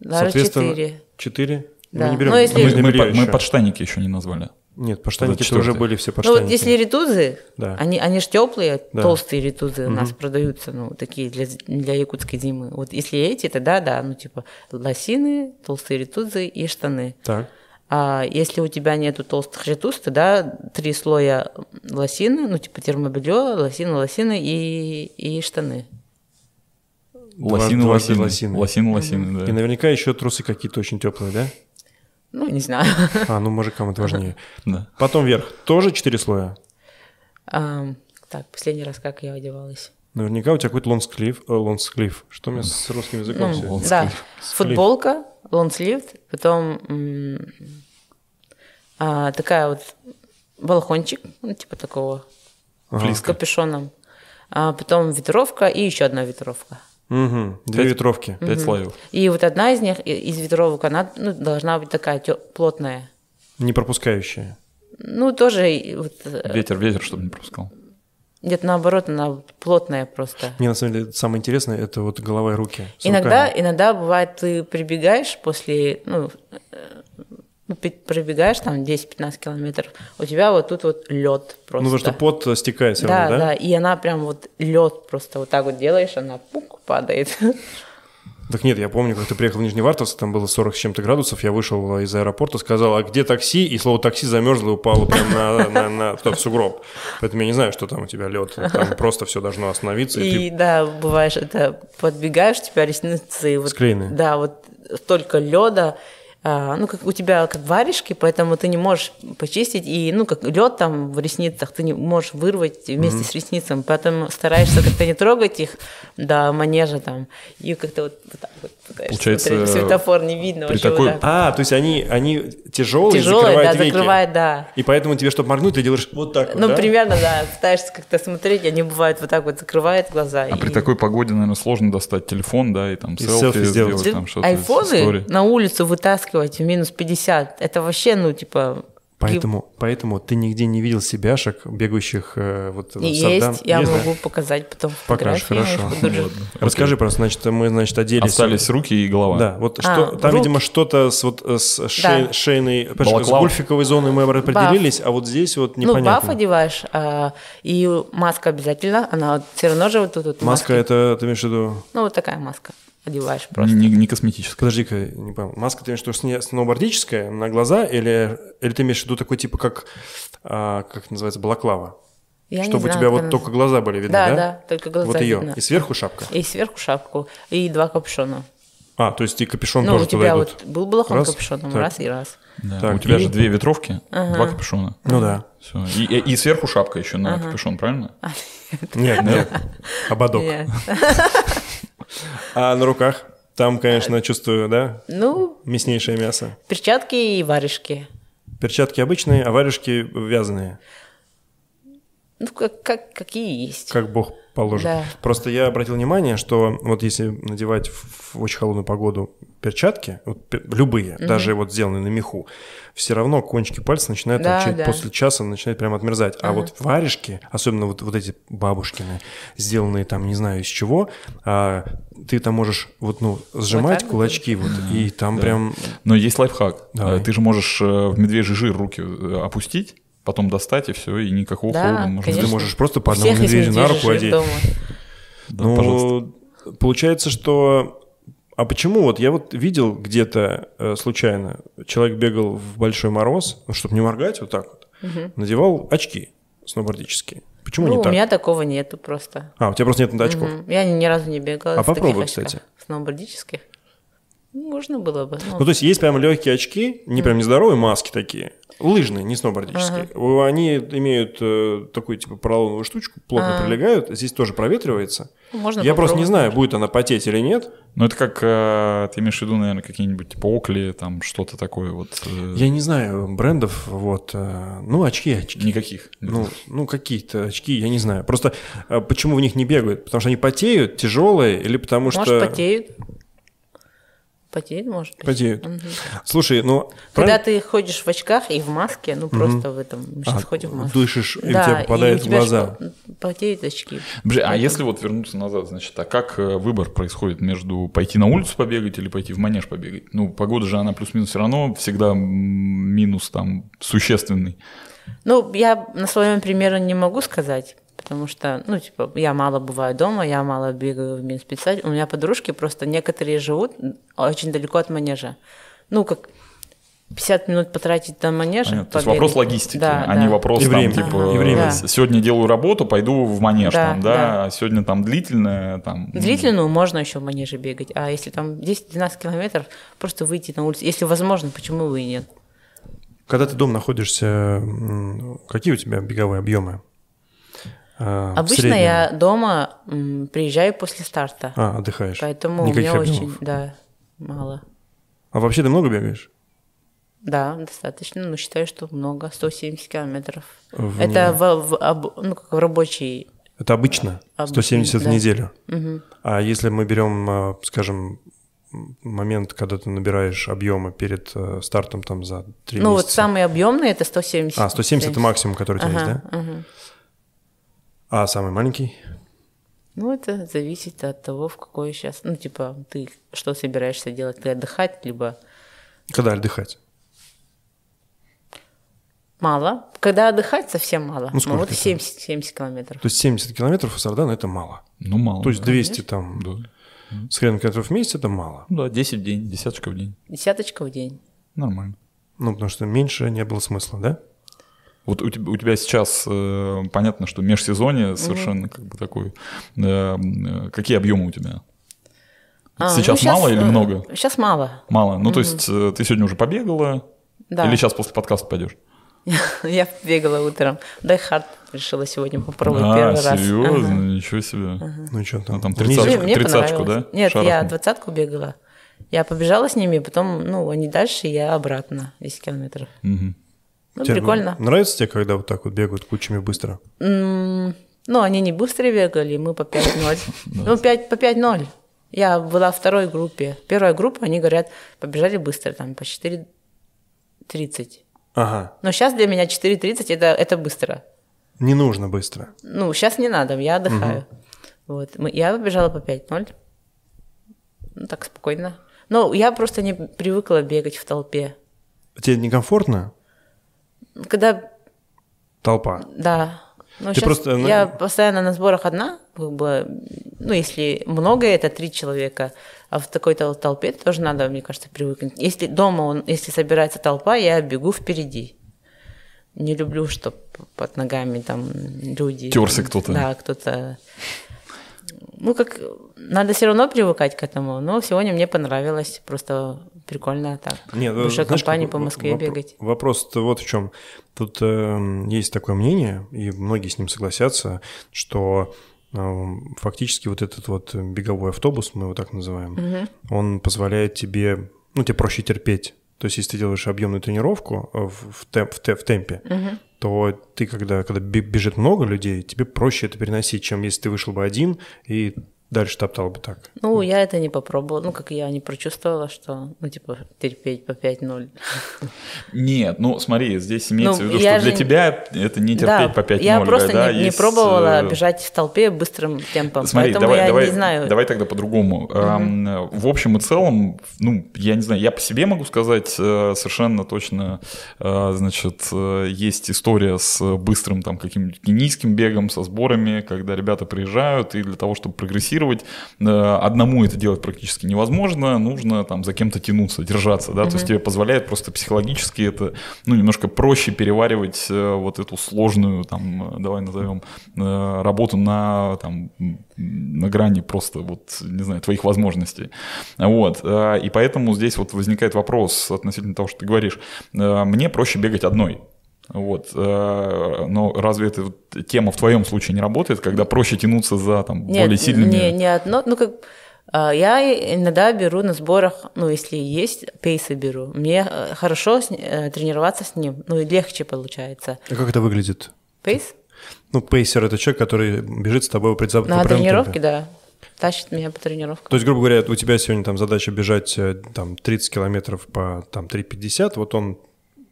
Даже четыре. Четыре? Да. Мы не берем Ну, если- Мы, Нижнее мы белье по- мы еще. подштанники еще не назвали. Нет, подштанники Это это уже четвертый. были все Ну подштанники. вот если ритузы, Да. они, они же теплые, Да. толстые ритузы у нас продаются, ну, такие для, з- для якутской зимы. Вот если эти, тогда да, ну, типа лосины, толстые ритузы и штаны. Так, А если у тебя нету толстых ритуз, тогда три слоя лосины, ну, типа термобелье, лосины, лосины и, и штаны. Лосины, дважды лосины. лосины. Лосины, лосины, и да. наверняка еще трусы какие-то очень теплые, да? Ну, не знаю. А, ну мужикам это важнее. Да. Потом вверх, тоже четыре слоя? Ам, так, последний раз как я одевалась? Наверняка у тебя какой-то лонсклиф, э, лонсклиф. Что у меня с русским языком Ну, все? лонслив. да, Слив. футболка, лонслив, потом м, а, такая вот балахончик, ну, типа такого, с Флиска. капюшоном. А, потом ветровка и еще одна ветровка. Мгм, Две Пять. ветровки. Пять слоев. И вот одна из них, и- из ветровок, она ну, должна быть такая тё- плотная. Не пропускающие. Ну, тоже и вот, э, Ветер, ветер, чтобы не пропускал. нет, наоборот, она плотная просто. Мне на самом деле самое интересное это вот голова и руки. с Иногда, руками. Ну, иногда бывает, ты прибегаешь после, ну, э, ну, пи- пробегаешь там 10-15 километров, у тебя вот тут вот лед просто. Ну, потому что пот э, стекает все да, равно, да? да, и она прям вот лед просто вот так вот делаешь, она пук падает. Так нет, я помню, как ты приехал в Нижневартовск, там было 40 с чем-то градусов, я вышел из аэропорта, сказал, а где такси? И слово такси замерзло и упало прямо на, на- на- в сугроб. Поэтому я не знаю, что там у тебя лед, там просто все должно остановиться. И И, да, бываешь, это подбегаешь, у тебя ресницы вот, Склеенные. Да, вот столько леда. ну, как у тебя как варежки, поэтому ты не можешь почистить, и, ну, как лед там в ресницах, ты не можешь вырвать вместе с ресницами, поэтому стараешься как-то не трогать их до манежа там, и как-то вот, вот так вот пытаешься Получается, э, смотреть, светофор не видно при вообще вот такой ты- так. А, то есть они, они тяжелые, Тяжелое, закрывают да, веки. закрывает, да. И поэтому тебе, чтобы моргнуть, ты делаешь вот так вот, Ну, да? примерно, да, пытаешься как-то смотреть, они бывают вот так вот закрывают глаза. А при и- такой погоде, наверное, сложно достать телефон, да, и там селфи, селфи сделать. сделать, Да там что-то. Айфоны истории. на улицу вытаскивать в минус 50, это вообще, ну, типа... Поэтому, поэтому ты нигде не видел себяшек, бегающих э, вот и в Есть, Сардан. я Есть, да? могу показать потом Покажешь, фотографии. хорошо. я покажу. Расскажи просто, значит, мы, значит, оделись. Остались руки и голова. Да, вот А, что, там, руки. видимо, что-то с, вот, э, с шей- Да. шейной, подожди, с Балаклава. гольфиковой зоной мы определились, а вот здесь вот Ну, непонятно. баф одеваешь, а, и маска обязательно, она все равно же вот тут вот Маска маски. это, ты имеешь в виду, Ну, вот такая маска одеваешь Не, просто. не- не косметическое. подожди-ка, я не понял, маска ты имеешь в виду сне- сноубордическая на глаза или, или ты имеешь в виду такой типа как, а, как называется, балаклава? Я не Чтобы у знаю, тебя как вот она только глаза были видны, да? Да, да, только глаза Вот ее. видно. И сверху шапка. И сверху шапку, и два капюшона. А, то есть и капюшон ну, тоже у тебя туда вот идут. был балахон Раз, капюшоном, так. раз и раз. Да. Так, У тебя и- же две ветровки, Ага. два капюшона. Ну да. Всё. И, и- и сверху шапка еще на капюшон, правильно? Нет, нет. Ободок. Нет. А на руках? Там, конечно, чувствую, да? Ну, Мяснейшее мясо. перчатки и варежки. Перчатки обычные, а варежки вязаные, Ну, как, как, какие есть. как бог положит. Да. Просто я обратил внимание, что вот если надевать в, в очень холодную погоду перчатки, вот пе- любые, даже вот сделанные на меху, все равно кончики пальцев начинают там Да, через- да. после часа начинают прямо отмерзать. А вот варежки, особенно вот, вот эти бабушкины, сделанные там не знаю из чего, а, ты там можешь вот ну сжимать так вот кулачки вот, и там прям Но есть лайфхак. Давай. Э, Ты же можешь э, в медвежий жир руки э, опустить, потом достать, и все, и никакого Да, холода. можно конечно. ты сделать. можешь просто по одному Всех из медведю на медвежьих руку жир одеть. дома. Да, ну, пожалуйста. получается, что... А почему вот я вот видел где-то э, случайно, человек бегал в большой мороз, ну, чтобы не моргать вот так вот, надевал очки сноубордические. Почему ну, не у так? меня такого нету просто. А, у тебя просто нет очков. Мгм. Я ни разу не бегала. А в таких попробуй, очках. кстати. Сноубордических? Ну, Можно было бы. ну. Ну, то есть есть прям легкие очки, не прям нездоровые маски такие, лыжные, не сноубордические. О, Они имеют э, такую типа поролоновую штучку, плотно А. прилегают, здесь тоже проветривается. Можно Я просто не попробовать. знаю, будет она потеть или нет. Ну, это как, э, ты имеешь в виду, наверное, какие-нибудь типа Окли, там что-то такое вот. э, Я не знаю брендов, вот. э, Ну, очки, очки. Никаких. Ну, ну какие-то очки, я не знаю. Просто э, почему в них не бегают? Потому что они потеют, тяжелые, или потому Может, что... потеют? Потеют, может быть. Потеют. Мгм. Слушай, ну... правильно- Когда ты ходишь в очках и в маске, ну просто в этом, мы сейчас А, ходим в маске. Дышишь, и у тебя попадает у в тебя глаза. ж Потеют очки. Подожди, а если вот вернуться назад, значит, а как э, выбор происходит между пойти на улицу побегать или пойти в манеж побегать? Ну, погода же, она плюс-минус все равно всегда м, минус там существенный. Ну, я на своем примере не могу сказать, потому что, ну, типа, я мало бываю дома, я мало бегаю в Минспецсаде. У меня подружки просто некоторые живут очень далеко от манежа. Ну, как 50 минут потратить на манеж. Понятно. То есть побегать. вопрос логистики, Да, а не да. вопрос И там, времени. типа, Ага. И времени. э, сегодня делаю работу, пойду в манеж Да, там, да, да. а сегодня там длительное, там... м, Длительную можно еще в манеже бегать, а если там 10-12 километров, просто выйти на улицу. Если возможно, почему бы и нет? Когда ты дома находишься, м, какие у тебя беговые объемы? А, в Обычно среднем? я дома м, приезжаю после старта, А, отдыхаешь. поэтому у Никаких меня объёмов. очень, да, мало. А вообще ты много бегаешь? Да, достаточно, но считаю, что много, 170 километров. В- Это в, в об- ну, как в рабочий. Это обычно, Обычно, 170 да. в неделю. Мгм. А если мы берем, а, скажем, м, момент, когда ты набираешь объемы перед э, стартом там за 3 Ну вот месяца? самые объемные это 170. А, 170 это максимум, который у тебя Ага, есть, да? ага. А самый маленький? Ну это зависит от того, в какой сейчас, ну типа ты что собираешься делать, ты отдыхать, либо Когда отдыхать? мало. Когда отдыхать, совсем мало. Ну, сколько вот это? 70, 70 километров. То есть 70 километров у Сардана это мало. Ну, мало. То есть 200 там Да. с хреном километров в месяц это мало. Ну да, 10 в день, десяточка в день. Десяточка в день. Нормально. Ну, потому что меньше не было смысла, да? Вот у тебя, у тебя сейчас э, понятно, что межсезонье совершенно как бы такой. э, м, э, какие объемы у тебя? А, ну, сейчас, мало э, или много? Сейчас мало. Мало. Ну, то есть э, ты сегодня уже побегала? Да. Или сейчас после подкаста пойдешь? Я бегала утром. Дайхард решила сегодня попробовать а, первый раз. серьезно? Ага. Ничего себе. Ну и что там? Ну, там Внизу? 30. Мне, мне Тридцатку- тридцатку, понравилось. да? Нет, я Шарахнул? двадцатку бегала. Я побежала с ними, потом, ну, они дальше, и я обратно 10 километров. Мгм. Ну, Тебе прикольно. Нравится тебе, когда вот так вот бегают кучами быстро? М, Ну, они не быстро бегали, мы по 5-0. Ну, пять- по 5-0. Я была во второй группе. Первая группа, они говорят, побежали быстро, там, по 4.30. Ага, Но сейчас для меня 4.30 это, это быстро. не нужно быстро. Ну, сейчас не надо, я отдыхаю. Вот. мы- Я побежала по 5-0. Ну, так спокойно. Но я просто не привыкла бегать в толпе. Тебе некомфортно? Когда, Толпа. да. Ну, Ты щас просто, ну- Я постоянно на сборах одна, как бы, ну, если много, это три человека, а в такой тол- толпе тоже надо, мне кажется, привыкнуть. Если дома, он- если собирается толпа, я бегу впереди. Не люблю, чтоб под ногами там люди... Тёрся кто-то. Да, кто-то... Ну, как, надо все равно привыкать к этому, но сегодня мне понравилось, просто прикольно так. Нет, э, Большой знаешь, компании какой по Москве воп- бегать. Вопрос-то вот в чем. Тут эм, есть такое мнение, и многие с ним согласятся, что эм, фактически вот этот вот беговой автобус, мы его так называем, он позволяет тебе, ну, тебе проще терпеть. То есть, если ты делаешь объемную тренировку э, в, в темп- в те- в темпе, то ты, когда, когда бе- бежит много людей, тебе проще это переносить, чем если ты вышел бы один и дальше топтал бы так. Ну, я это не попробовала. Ну, как я не прочувствовала, что, ну, типа, терпеть по 5-0. Нет, ну смотри, здесь имеется Ну, в виду, я что для же- тебя это не терпеть по 5 я просто да, не, не есть, пробовала э, бежать в толпе быстрым темпом, Смотри, поэтому давай, я давай, не знаю. давай тогда по-другому. Эм, э, В общем и целом, ну, я не знаю, я по себе могу сказать э, совершенно точно, э, значит, э, есть история с быстрым там каким-нибудь кенийским бегом, со сборами, когда ребята приезжают, и для того, чтобы прогрессировать, конкурировать. Э, Одному это делать практически невозможно, нужно там за кем-то тянуться, держаться, да, то есть тебе позволяет просто психологически это, ну, немножко проще переваривать э, вот эту сложную, там, э, давай назовем, э, работу на, там, м, на грани просто, вот, не знаю, твоих возможностей. Вот, э, и поэтому здесь вот возникает вопрос относительно того, что ты говоришь. Э, Мне проще бегать одной, вот, э, но разве эта вот тема в твоем случае не работает, когда проще тянуться за там более сильными? Не, не одно, ну как а, я иногда беру на сборах, ну если есть пейсы беру, мне э, хорошо с- э, тренироваться с ним, ну и легче получается. А как это выглядит? Пейс Ну, пейсер — это человек, который бежит с тобой при зап- на по прямому тренировке, темпу. да, тащит меня по тренировкам. То есть, грубо говоря, у тебя сегодня там задача бежать э, там 30 километров по там 3,50, вот он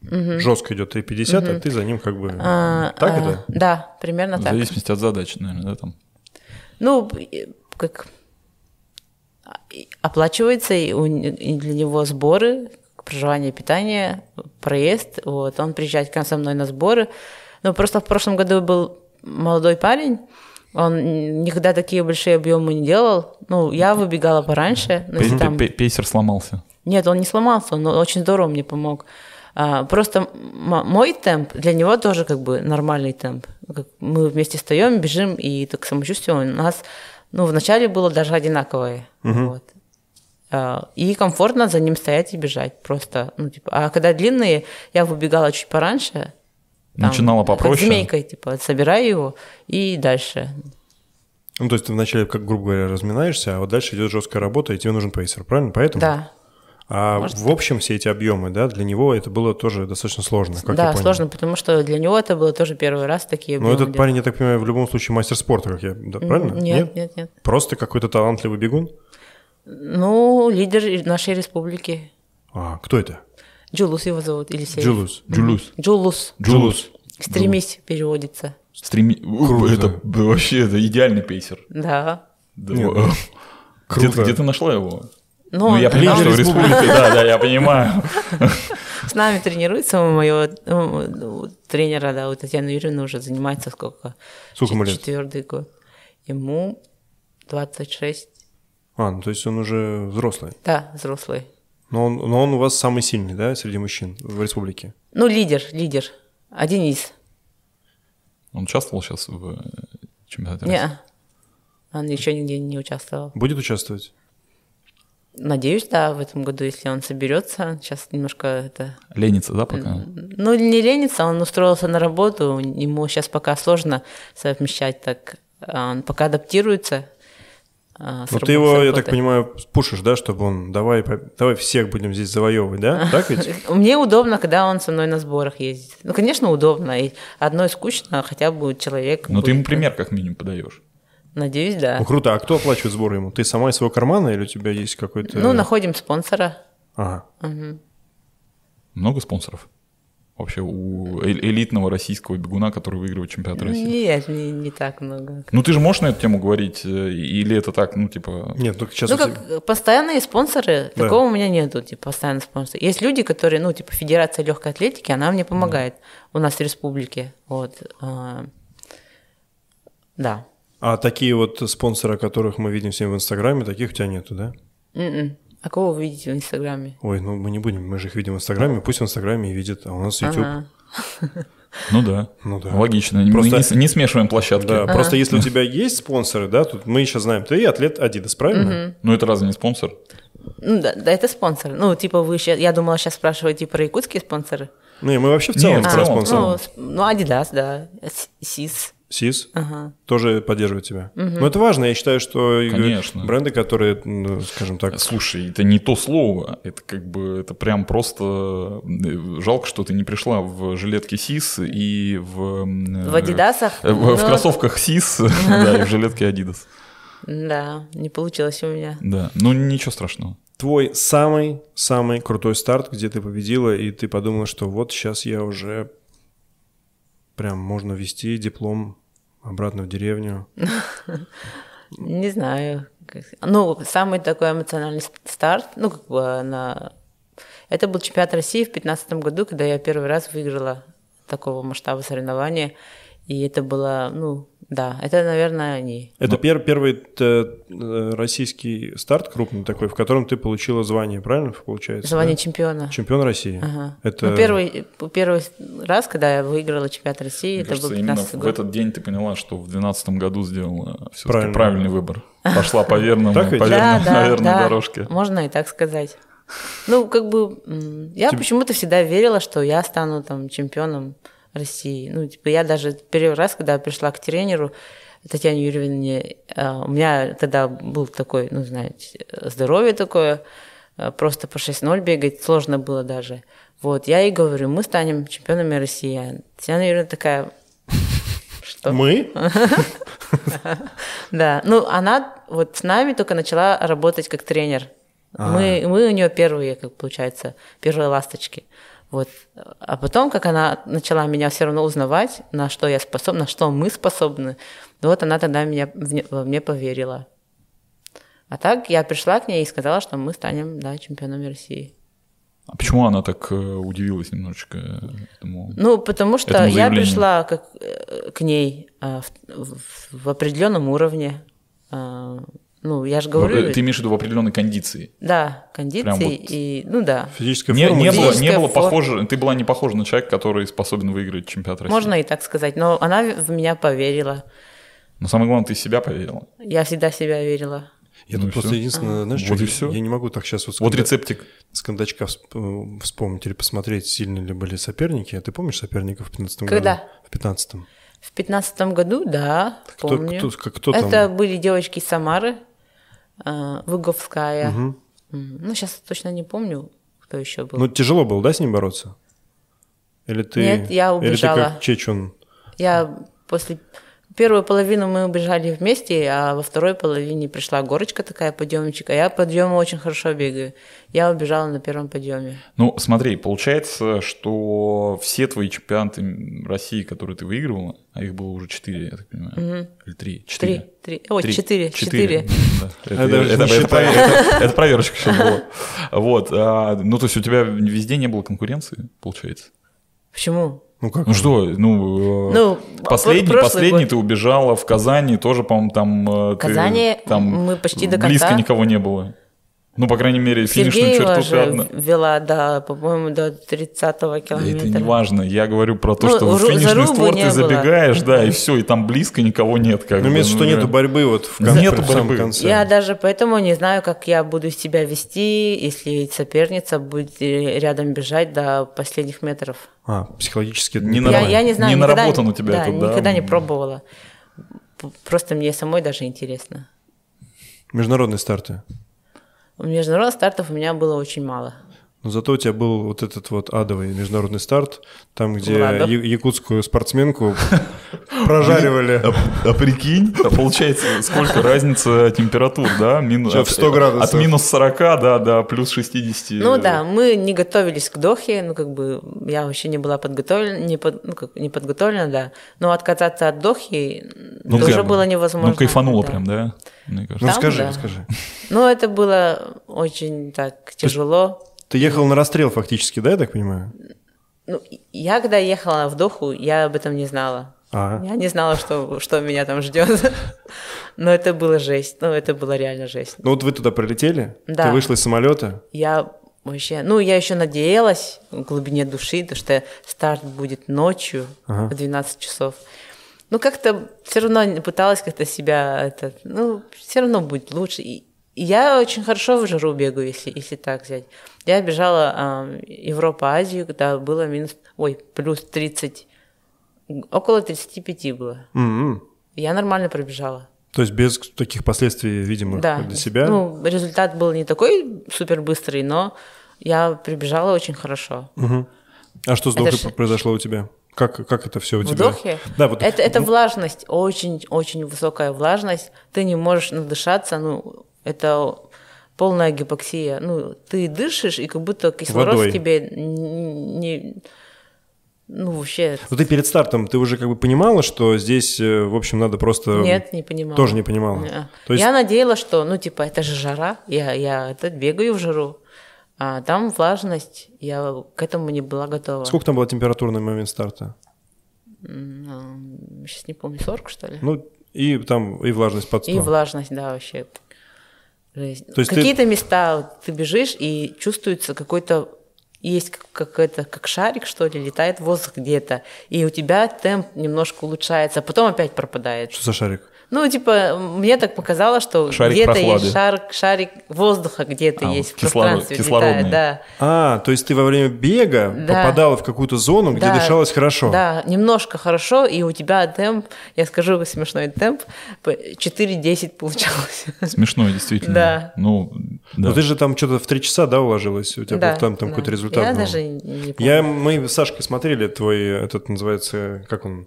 жестко идет 3,50, а ты за ним как бы... А, так а, это? Да, примерно В так. зависимости от задач, наверное, да, там. Ну, э, как а, и оплачивается и, у н- и для него сборы, проживание, питание, проезд. Вот он приезжает к нам со мной на сборы. Но просто в прошлом году был молодой парень. Он н- никогда такие большие объемы не делал. Ну, я выбегала пораньше. но если Пе- там- пе- Пейсер сломался. Нет, он не сломался, он очень здорово мне помог. А, просто м- мой темп для него тоже как бы нормальный темп. Как Мы вместе встаем, бежим, и так самочувствие у нас, ну, вначале было даже одинаковое. Вот. А, И комфортно за ним стоять и бежать просто. Ну, типа, а когда длинные, я выбегала чуть пораньше. Начинала попроще. Как змейкой, типа, собираю его и дальше. Ну, то есть ты вначале, как, грубо говоря, разминаешься, а вот дальше идет жесткая работа, и тебе нужен пейсер, правильно? Поэтому? Да, А в общем все эти объемы, да, для него это было тоже достаточно сложно, как я да, понял. сложно, потому что для него это было тоже первый раз такие Но объёмы этот парень, я так понимаю, в любом случае мастер спорта, как я, да, делать. правильно? Нет, нет, нет. Просто какой-то талантливый бегун? Ну, лидер и- нашей республики. А, кто это? Джулус его зовут, или Джилус. Джулюс. Джулус. Джулус. Стремись переводится. Стреми... У, Круто. Это б- вообще это идеальный пейсер. Да. Да, Нет, ну, о, Где, круто. ты- где ты нашла его? Но ну, я он понимаю, Лидер что в республики. республике, да, да, я понимаю. с нами тренируется, у моего ну, у тренера, да, у Татьяны Юрьевны уже занимается сколько? Сколько ему лет? Четвертый год. Ему 26, А, ну то есть он уже взрослый. да, взрослый. Но он, но он у вас самый сильный, да, среди мужчин в республике? Ну, лидер, лидер. Один из. Он участвовал сейчас в э, чемпионате? России? Не, а, он еще нигде не участвовал. Будет участвовать? Надеюсь, да, в этом году, если он соберется, сейчас немножко это Ленится, да, пока? Ну, не ленится, он устроился на работу, ему сейчас пока сложно совмещать так, а, он пока адаптируется. а, с Ну рабо- ты его, с я так работы. понимаю, пушишь, да, чтобы он, давай, по- давай всех будем здесь завоевывать, да? Так ведь? Мне удобно, когда он со мной на сборах ездит. Ну, конечно, удобно, и одной скучно, хотя бы человек... Ну, ты будет. ему пример как минимум подаешь. Надеюсь, да. Ну круто, а кто оплачивает сборы ему? Ты сама из своего кармана или у тебя есть какой-то... Ну, находим спонсора. Ага. Много спонсоров? Вообще у э- элитного российского бегуна, который выигрывает Ну, чемпионат России. Нет, не, не так много. Ну, ты же можешь на эту тему говорить? э, Или это так, ну, типа... Нет, только сейчас... Ну, у тебя- как постоянные спонсоры, Да. такого у меня нету, типа, постоянных спонсоров. Есть люди, которые, ну, типа, Федерация легкой атлетики, она мне помогает у нас в республике, вот. а, Да. А такие вот спонсоры, которых мы видим всем в Инстаграме, таких у тебя нету, да? М-м. А кого вы видите в Инстаграме? Ой, ну мы не будем, мы же их видим в Инстаграме, пусть в Инстаграме и видят, а у нас YouTube. Ага. Ну да. Ну да. Логично. Мы Просто- не, с- не смешиваем площадки. Да, просто если у тебя есть спонсоры, да, тут мы сейчас знаем, ты атлет Adidas, правильно? Ну, это разве не спонсор? Ну, да, да, это спонсор. Ну, типа, вы сейчас, я думала, сейчас спрашиваете про якутские спонсоры. Ну и мы вообще в целом Нет, в про целом, в спонсоров. Ну, сп- ну, Adidas, да, С- СИС. СИС Ага. тоже поддерживает тебя. Но это важно, я считаю, что и Конечно. бренды, которые, ну, скажем так, Слушай, это не то слово. Это как бы, это прям просто... э, Жалко, что ты не пришла в жилетке СИС и в... м, э, В Адидасах. э, В, в ну, кроссовках СИС, да, и в жилетке Адидас. Да, не получилось у меня. Да, ну ничего страшного. твой самый-самый крутой старт, где ты победила, и ты подумала, что вот сейчас я уже прям можно вести диплом обратно в деревню. Не знаю. как- Ну, самый такой эмоциональный с- старт, ну, как бы на... Это был чемпионат России в 2015 году, когда я первый раз выиграла такого масштаба соревнования. И это было, ну, Да, это, наверное, они. Это пер- первый э, э, российский старт крупный такой, в котором ты получила звание, правильно получается? Звание да? чемпиона. чемпион России. Ага. Это Ну, первый, первый раз, когда я выиграла чемпионат России, Мне это кажется, был именно 15 в год. этот день ты поняла, что в 2012 году сделала все-таки Правильно. правильный выбор. Пошла по верному, по Так ведь? Да, верному, да, по верной да. дорожке. Можно и так сказать. Ну, как бы, м, я почему-то всегда верила, что я стану там чемпионом России. Ну, типа, я даже первый раз, когда я пришла к тренеру Татьяне Юрьевне, э, у меня тогда был такой, ну, знаете, здоровье такое, э, просто по 6-0 бегать сложно было даже. Вот, я ей говорю, мы станем чемпионами России. А Татьяна Юрьевна такая, что? мы? Да, ну она вот с нами только начала работать как тренер. Мы, мы у нее первые, как получается, первые ласточки. Вот. А потом, как она начала меня все равно узнавать, на что я способна, на что мы способны, вот она тогда меня, вне- во мне поверила. А так я пришла к ней и сказала, что мы станем да, чемпионами России. А почему она так э, удивилась немножечко этому? Ну, потому что Этому я заявлению. пришла как, э, к ней э, в, в- в определенном уровне. Э, ну, я же говорю... Э, Ты имеешь в виду в определенной кондиции? Да, кондиции Прям вот и, ну да, Физическая Не, форма. не было, не Физическая было форма. похоже, ты была не похожа на человека, который способен выиграть чемпионат России. можно и так сказать, но она в меня поверила. Но самое главное, ты в себя поверила. Я всегда в себя верила. Я Ну тут и просто всё. единственное, знаешь, Вот что и всё. я не могу так сейчас вот Вот сканда- рецептик. с кондачка всп- э, вспомнить или посмотреть, сильны ли были соперники. А ты помнишь соперников в 15 году? Когда? В 15 В пятнадцатом году, да, Кто, помню. кто, к- кто Это там? были девочки из Самары, э, Выговская. Мгм. М, Ну, сейчас точно не помню, кто еще был. Ну, тяжело было, да, с ним бороться? Или ты... Нет, я Или ты убежала. как Чечен? Я после первую половину мы убежали вместе, а во второй половине пришла горочка такая, подъемчик, а я подъемы очень хорошо бегаю. Я убежала на первом подъеме. Ну, смотри, получается, что все твои чемпионаты России, которые ты выигрывала, а их было уже 4, я так понимаю. Или 3? 4. Три, три, ой, четыре, четыре. Я Это даже не это- это считаю. проверка- это проверочка сейчас была. Вот. а, Ну, то есть у тебя везде не было конкуренции, получается? Почему? Ну, как? Ну что, ну... э, Ну, Последний, прошлый последний год. ты убежала в Казани, тоже, по-моему, там... э, ты- Казани там мы почти до Близко конца. никого не было. Ну, по крайней мере, финишную Сергеева черту ты же одна. вела, да, по-моему, до 30-го Да километра. это не важно. Я говорю про то, Ну, что в ру- финишный зарубы створ ты не было. забегаешь, да, и все, и там близко никого нет. Как Ну, бы, вместо что нету реально. борьбы вот в, кон- Нету в самом борьбы. конце. Я даже поэтому не знаю, как я буду себя вести, если соперница будет э, рядом бежать до последних метров. А, психологически это Не не на- Я, Нормально. я не знаю, Не никогда- наработан у тебя да, это, да? никогда не пробовала. П- Просто мне самой даже интересно. Международные старты. У Международных стартов у меня было очень мало. Но зато у тебя был вот этот вот адовый международный старт, там, где Ладно. я- якутскую спортсменку прожаривали. А прикинь, а получается, сколько разница температур, да? Мин- Сейчас в 100 градусов. От минус 40, да, да, плюс 60. Ну да, мы не готовились к Дохе, ну как бы я вообще не была подготовлена, не, под- ну, как, не подготовлена, да. Но отказаться от Дохи м, Ну, тоже как бы. было невозможно. Ну, кайфанула да. прям, да? Мне кажется. Ну, Там, скажи, да. скажи. Ну это было очень так тяжело. Ты ехал на расстрел фактически, да, я так понимаю? Ну, и- я когда ехала в Доху, я об этом не знала. А, Я не знала, что, что меня там ждет. Но это было жесть. Ну, это было реально жесть. ну вот вы туда прилетели, Да. ты вышла из самолета, Я вообще, ну, я еще надеялась в глубине души, то что старт будет ночью Ага. в 12 часов. Ну, как-то все равно пыталась как-то себя, это, ну, все равно будет лучше. И и я очень хорошо в жару бегаю, если, если так взять. Я бежала ам, Европа-Азию, когда было минус, ой, плюс 30, м, около 35 было. М-м. Я нормально пробежала. то есть без таких последствий, видимо, Да. для себя. Ну, результат был не такой супер быстрый, но я прибежала очень хорошо. Мгм. А что с Это Дохой ж- произошло у тебя? Как, как это все у В тебя? Дохе Да, вот ну это, это влажность, очень-очень высокая влажность. Ты не можешь надышаться, ну, это полная гипоксия. Ну, ты дышишь, и как будто кислород Водой. в тебе н- не... Ну, вообще... Ну, ты перед стартом, ты уже как бы понимала, что здесь, э, в общем, надо просто... Нет, не понимала. Тоже не понимала. Не-а. То есть- Я надеялась, что, ну, типа, это же жара, я, я это, бегаю в жару, а там влажность, я к этому не была готова. Сколько там была температура на момент старта? М, сейчас не помню, 40, что ли? Ну, и там и влажность под 100. И влажность, да, вообще. Жесть. То есть ты- Какие-то места вот, ты бежишь, и чувствуется какой-то есть как, как это, как шарик, что ли, летает воздух где-то, и у тебя темп немножко улучшается, а потом опять пропадает. Что за шарик? Ну, типа, мне так показалось, что Шарик где-то прохлады. есть шар, шарик воздуха где-то А, есть в кислород- пространстве, кислородный. летает, да. А, то есть ты во время бега Да. попадала в какую-то зону, где Да, дышалось хорошо. Да, немножко хорошо, и у тебя темп, я скажу смешной темп, по 4-10 получалось. Смешно, действительно. Да. Ну, да. Но ты же там что-то в три часа, да, уложилась? У тебя Да, был там, там да. какой-то результат Я был. даже не помню. Я, мы с Сашкой смотрели твой, этот называется, как он?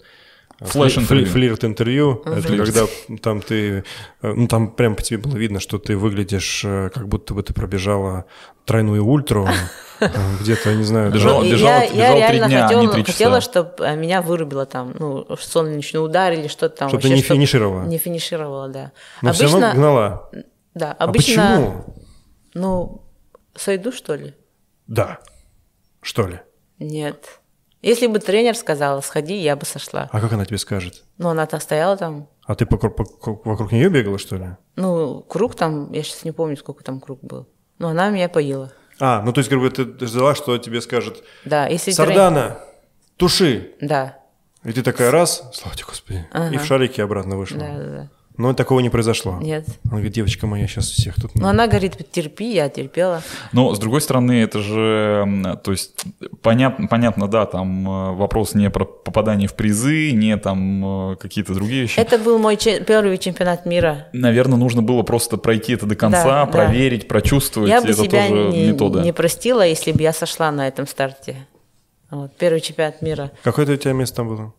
Флэш-интервью. Фли- Флирт-интервью. Это Флирт. когда там ты, э, ну там прям по тебе было видно, что ты выглядишь, э, как будто бы ты пробежала тройную ультру, э, где-то, я не знаю. там- Бежала- Ну, и бежала- я, я бежала три реально дня, а не хотела, три часа. чтобы меня вырубило там, ну, солнечный удар или что-то там. Чтоб ты вообще, не финишировала. Не финишировала, да. Но обычно, все равно гнала. да, А обычно, почему? ну, сойду, что ли? Да. Что ли? Нет. Если бы тренер сказала, сходи, я бы сошла. А как она тебе скажет? Но она там стояла там, А ты покру- покру- вокруг нее бегала, что ли? ну, круг там, я сейчас не помню, сколько там круг был. Но она меня поила. А, ну то есть, как бы ты ждала, что тебе скажет Да, если трен- «Сардана, туши!» Да, И ты такая раз, слава тебе, Господи, и Ага. в шарике обратно вышла. да, да, да. Но такого не произошло. Нет. Он говорит, девочка моя, сейчас всех тут... Но она говорит, терпи, я терпела. Но, с другой стороны, это же, м, то есть, понятно, понятно да, там э, вопрос не про попадание в призы, не там э, какие-то другие вещи. Это был мой че- первый чемпионат мира. Наверное, нужно было просто пройти это до конца, Да, да. проверить, прочувствовать. Я это бы себя тоже не, метода. не простила, если бы я сошла на этом старте. Вот, первый чемпионат мира Какое-то у тебя место там было?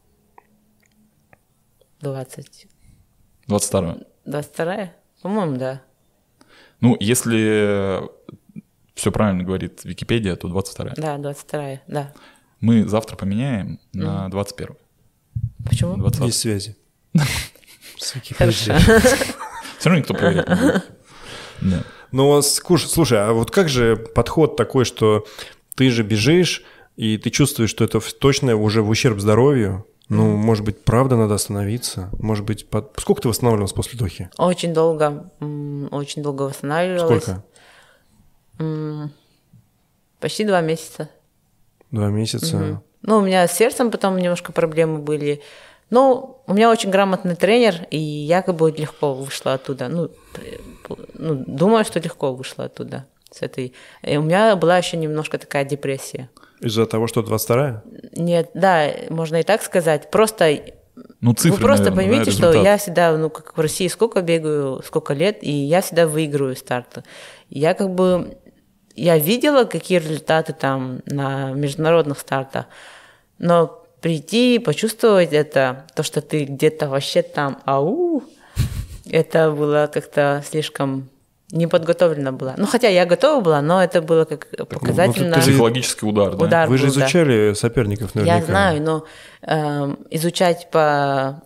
20. 22 22 По-моему, да. Ну, если все правильно говорит Википедия, то 22 Да, 22 да. Мы завтра поменяем на 21 Почему? 20 Есть связи. Всяких Хорошо. людей. Все равно никто проверит. не будет. Да. Но скуш- слушай, а вот как же подход такой, что ты же бежишь, и ты чувствуешь, что это в- точно уже в ущерб здоровью? Ну, может быть, правда надо остановиться? Может быть, под- сколько ты восстанавливалась после духи? Очень долго, м, очень долго восстанавливалась. Сколько? М, Почти два месяца. Два месяца. Мгм. Ну, у меня с сердцем потом немножко проблемы были. Ну, у меня очень грамотный тренер, и якобы легко вышла оттуда. Ну, пр- пл- ну, думаю, что легко вышла оттуда. С этой. И у меня была еще немножко такая депрессия. Из-за того, что 22-я? Нет, да, можно и так сказать. Просто Ну, цифры, вы просто наверное, да, поймите, что результат. я всегда, ну, как в России, сколько бегаю, сколько лет, и я всегда выигрываю старты. Я как бы, я видела, какие результаты там на международных стартах, но прийти и почувствовать это, то, что ты где-то вообще там, ау, это было как-то слишком неподготовлена была. Ну, хотя я готова была, но это было как ну, показательно. ты же Психологический удар, да? Удар. Вы же был, да. изучали соперников наверняка. Я знаю, но эм, изучать по,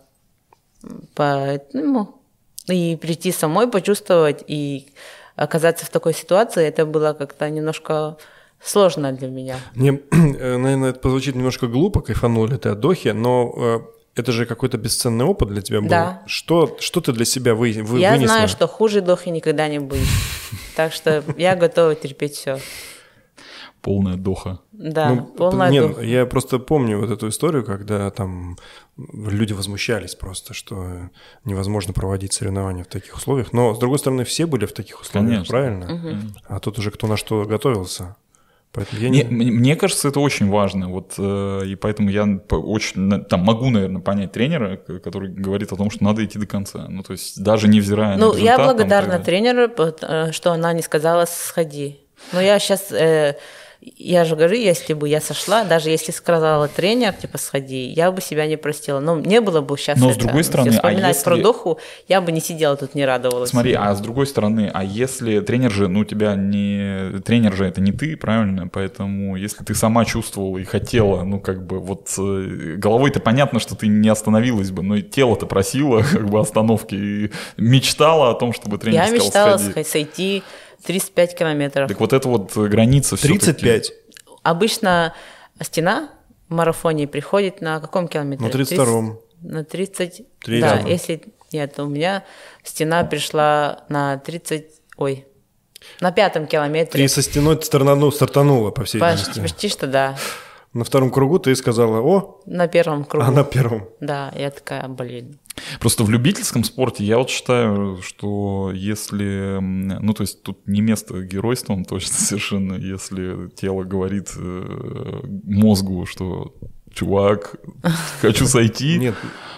по этому и прийти самой, почувствовать и оказаться в такой ситуации, это было как-то немножко сложно для меня. Мне, э, наверное, это позвучит немножко глупо, кайфанул ли ты от Дохи, но э, это же какой-то бесценный опыт для тебя был. Да. Что, что ты для себя вы, вы- я вынесла? знаю, что хуже дохи никогда не будет. Так что я готова терпеть все. Полная доха. Да, Ну, полная не, дух. я просто помню вот эту историю, когда там люди возмущались просто, что невозможно проводить соревнования в таких условиях. Но, с другой стороны, все были в таких условиях, Конечно. правильно? А тут уже кто на что готовился. Поэтому я не... Не- мне, мне кажется, это очень важно. Вот, э, и поэтому я по- очень на- там, могу, наверное, понять тренера, к- который говорит о том, что надо идти до конца. Ну, то есть, даже невзирая на Ну, я результат, там, и так благодарна далее. тренеру, пот- э, что она не сказала «сходи». Но я сейчас, я же говорю, если бы я сошла, даже если сказала тренер, типа, сходи, я бы себя не простила. Но мне было бы сейчас Но с другой стороны, а вспоминать про если- духу, я бы не сидела тут, не радовалась. Смотри, а с другой стороны, а если тренер же, ну, тебя не... Тренер же это не ты, правильно? Поэтому если ты сама чувствовала и хотела, ну, как бы, вот э, головой-то понятно, что ты не остановилась бы, но и тело-то просило, как бы, остановки, и мечтала о том, чтобы тренер я сказал, мечтала «Сходи». схо- сойти 35 километров. Так вот это вот э, граница все-таки. 35. Обычно стена в марафоне приходит на каком километре? На 32-м. на 30... 30. Да, если... Нет, у меня стена пришла на 30... Ой, на пятом километре. И со стеной стартану- стартанула, по всей Почти, видимости. почти что да. На втором кругу ты сказала «О», На первом кругу. а на первом. Да, я такая, блин. Просто в любительском спорте я вот считаю, что если... м, Ну, то есть тут не место геройством точно совершенно, если тело говорит э, мозгу, что чувак, хочу сойти. Нет,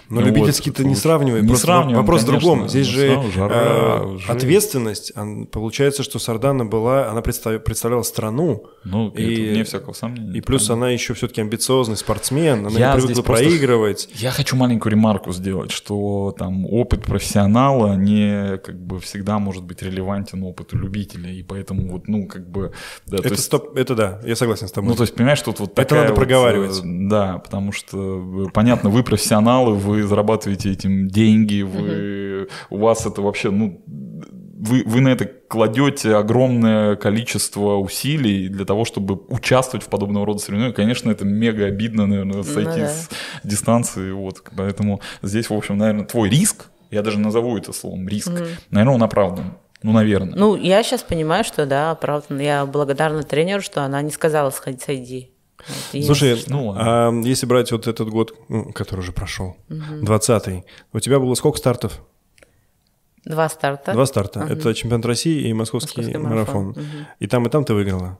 но Ну любительский ты вот, не сравнивай. не просто сравниваем, Вопрос в конечно. ну, другом. Здесь же Сразу жара, э, жесть. ответственность. он- Получается, что Сардана была, она представ- представляла страну, Ну, это И- вне всякого сомнения. и плюс Там- она еще все-таки амбициозный спортсмен, она Я не здесь привыкла просто- проигрывать. Я хочу маленькую ремарку сделать, что там опыт профессионала не как бы всегда может быть релевантен опыту любителя, и поэтому вот, ну, как бы... да, то это, есть- стоп, это да, я согласен с тобой. Ну, то есть, понимаешь, тут вот Это такая надо вот, проговаривать. э, Да, потому что, э, понятно, вы профессионалы, вы зарабатываете этим деньги, вы, у вас это вообще, ну, вы, вы на это кладете огромное количество усилий для того, чтобы участвовать в подобного рода соревнованиях. Конечно, это мега обидно, наверное, сойти Ну да. с дистанции. Вот. Поэтому здесь, в общем, наверное, твой риск, я даже назову это словом риск, наверное, он оправдан. Ну, наверное. Ну, я сейчас понимаю, что да, правда, я благодарна тренеру, что она не сказала сходи, сойди. Вот, и- Слушай, Ну, а если брать вот этот год, ну, который уже прошел, 20-й, у тебя было сколько стартов? Два старта. Два старта. Это чемпионат России и московский, Московский марафон. марафон. И там, и там ты выиграла.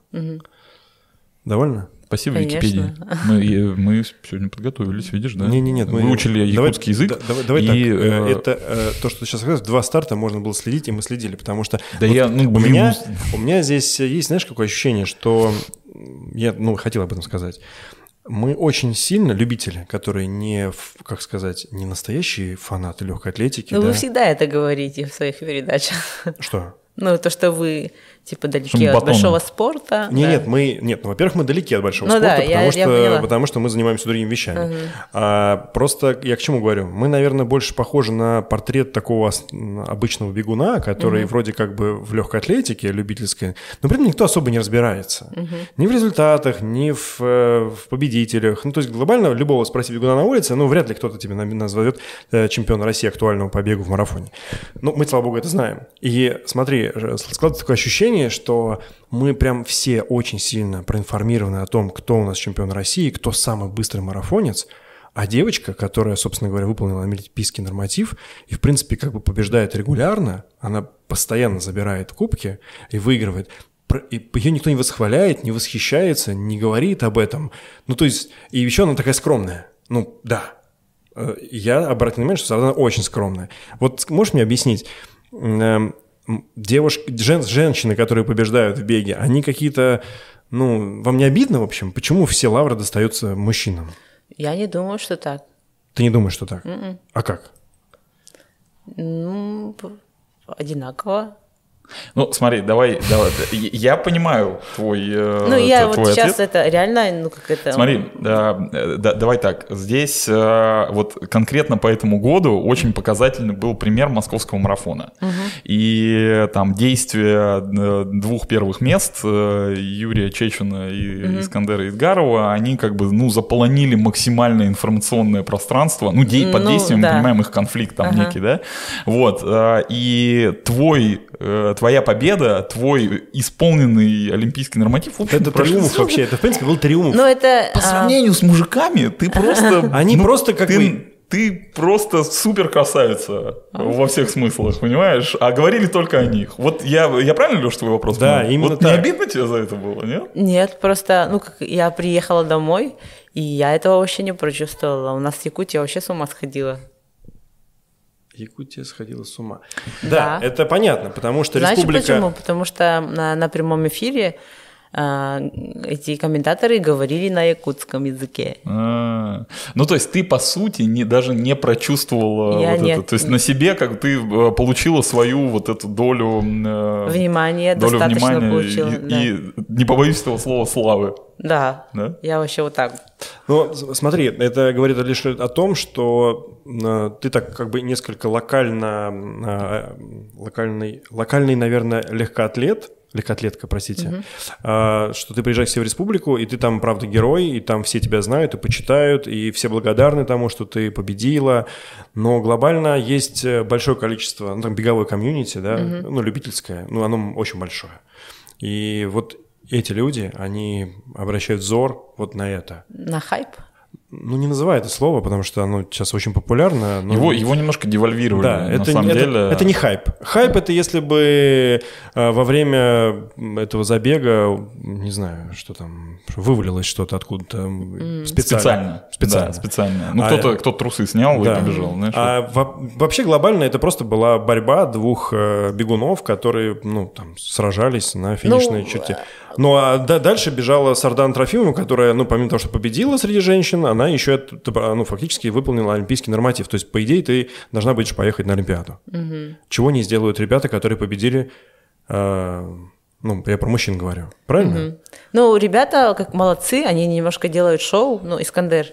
Довольно? Спасибо, Конечно. Википедии. Мы, и- мы сегодня подготовились, видишь, да? Не-не-нет. мы- Выучили Давай- якутский язык. да- давай, давай и, так. э, э, Это э, то, что ты сейчас сказал, два старта можно было следить, и мы следили, потому что Да вот я, ну, у, блин, меня, ну, у меня здесь есть, знаешь, какое ощущение, что м, я, ну, хотел об этом сказать. Мы очень сильно любители, которые не, ф- как сказать, не настоящие фанаты легкой атлетики. Ну, да? вы всегда это говорите в своих передачах. Что? Ну, то, что вы, типа, далеки Чтобы от батоном. большого спорта. Не, да. нет, мы, нет, ну, во-первых, мы далеки от большого Ну спорта, да, я- потому, я что, поняла. потому что мы занимаемся другими вещами. А, просто я к чему говорю? Мы, наверное, больше похожи на портрет такого ос- м, обычного бегуна, который вроде как бы в легкой атлетике любительской, но при этом никто особо не разбирается. Ни в результатах, ни в, э, в победителях. Ну, то есть глобально любого спроси бегуна на улице, ну, вряд ли кто-то тебе нами- назовет э, чемпион России актуального по бегу в марафоне. Ну, мы, слава богу, это знаем. И смотри, э, складывается такое ощущение, что мы прям все очень сильно проинформированы о том, кто у нас чемпион России, кто самый быстрый марафонец, а девочка, которая, собственно говоря, выполнила олимпийский норматив и, в принципе, как бы побеждает регулярно, она постоянно забирает кубки и выигрывает, про- и ее никто не восхваляет, не восхищается, не говорит об этом. Ну, то есть, и еще она такая скромная. Ну, да. Э, Я обратил внимание, что Сардана очень скромная. Вот ск- можешь мне объяснить, эм, м, девушки, жен- женщины, которые побеждают в беге, они какие-то, ну, вам не обидно, в общем? Почему все лавры достаются мужчинам? Я не думаю, что так. Ты не думаешь, что так? М-м. А как? Ну, п- одинаково. ну, смотри, давай, давай. Я я понимаю твой, э, Ну, я т- вот твой ответ. сейчас это реально, ну, как это... Смотри, да, э, да, давай так. Здесь э, вот конкретно по этому году очень показательный был пример московского марафона. И э, там действия э, двух первых мест э, Юрия Чечина и Искандера Идгарова, они как бы ну заполонили максимально информационное пространство. Ну де- под Ну, действием мы да. понимаем их конфликт там Ага. некий, да. Вот э, и твой э, твоя победа, твой исполненный олимпийский норматив. в общем, Это прошли триумф сразу вообще, это, в принципе, был триумф. Ну, это... по а, сравнению с мужиками, ты просто... ну, Они просто как ты, бы- Ты просто супер красавица во всех смыслах, понимаешь? А говорили только о них. Вот я, я правильно, Леш, твой вопрос? Да, понял? именно вот не так. обидно тебе за это было, нет? Нет, просто, ну, как я приехала домой, и я этого вообще не прочувствовала. У нас в Якутии вообще с ума сходила. Якутия сходила с ума. Да, Да. это понятно, потому что Знаешь республика... почему? Потому что на, на прямом эфире а, эти комментаторы говорили на якутском языке. А, Ну, то есть ты, по сути, не, даже не прочувствовала Я вот нет. это. То есть на себе как ты э, получила свою вот эту долю... э, Внимание долю достаточно внимания получила. и, да. и не побоюсь этого слова, славы. Да. Да? Я вообще вот так. Ну, с- смотри, это говорит лишь о том, что э, ты так как бы несколько локально, э, локальный, локальный, наверное, легкоатлет, или котлетка, простите, а, что ты приезжаешь в Северреспублику, и ты там, правда, герой, и там все тебя знают и почитают, и все благодарны тому, что ты победила. Но глобально есть э, большое количество, ну, там, беговой комьюнити, да, ну, любительское, ну, оно очень большое. И вот эти люди, они обращают взор вот на это. На хайп? Ну, не называй это слово, потому что оно сейчас очень популярно. но- Его, его немножко девальвировали, Ну, да, на это, самом это- деле. это не хайп. Хайп это если бы э, во время этого забега, не знаю, что там, вывалилось что-то откуда-то м, специально. специально. Да, специально. Ну, А, кто-то э, кто трусы снял да. и побежал. знаешь, А во- вообще глобально это просто была борьба двух э, бегунов, которые, ну, там, сражались на финишной Ну, черте. Ну, а да- дальше бежала Сардан Трофимова, которая, ну, помимо того, что победила среди женщин, она еще, т- т- ну, фактически выполнила олимпийский норматив. То есть, по идее, ты должна будешь поехать на Олимпиаду. Чего не сделают ребята, которые победили, э, ну, я про мужчин говорю, правильно? Ну, ребята, как молодцы, они немножко делают шоу, ну, Искандер.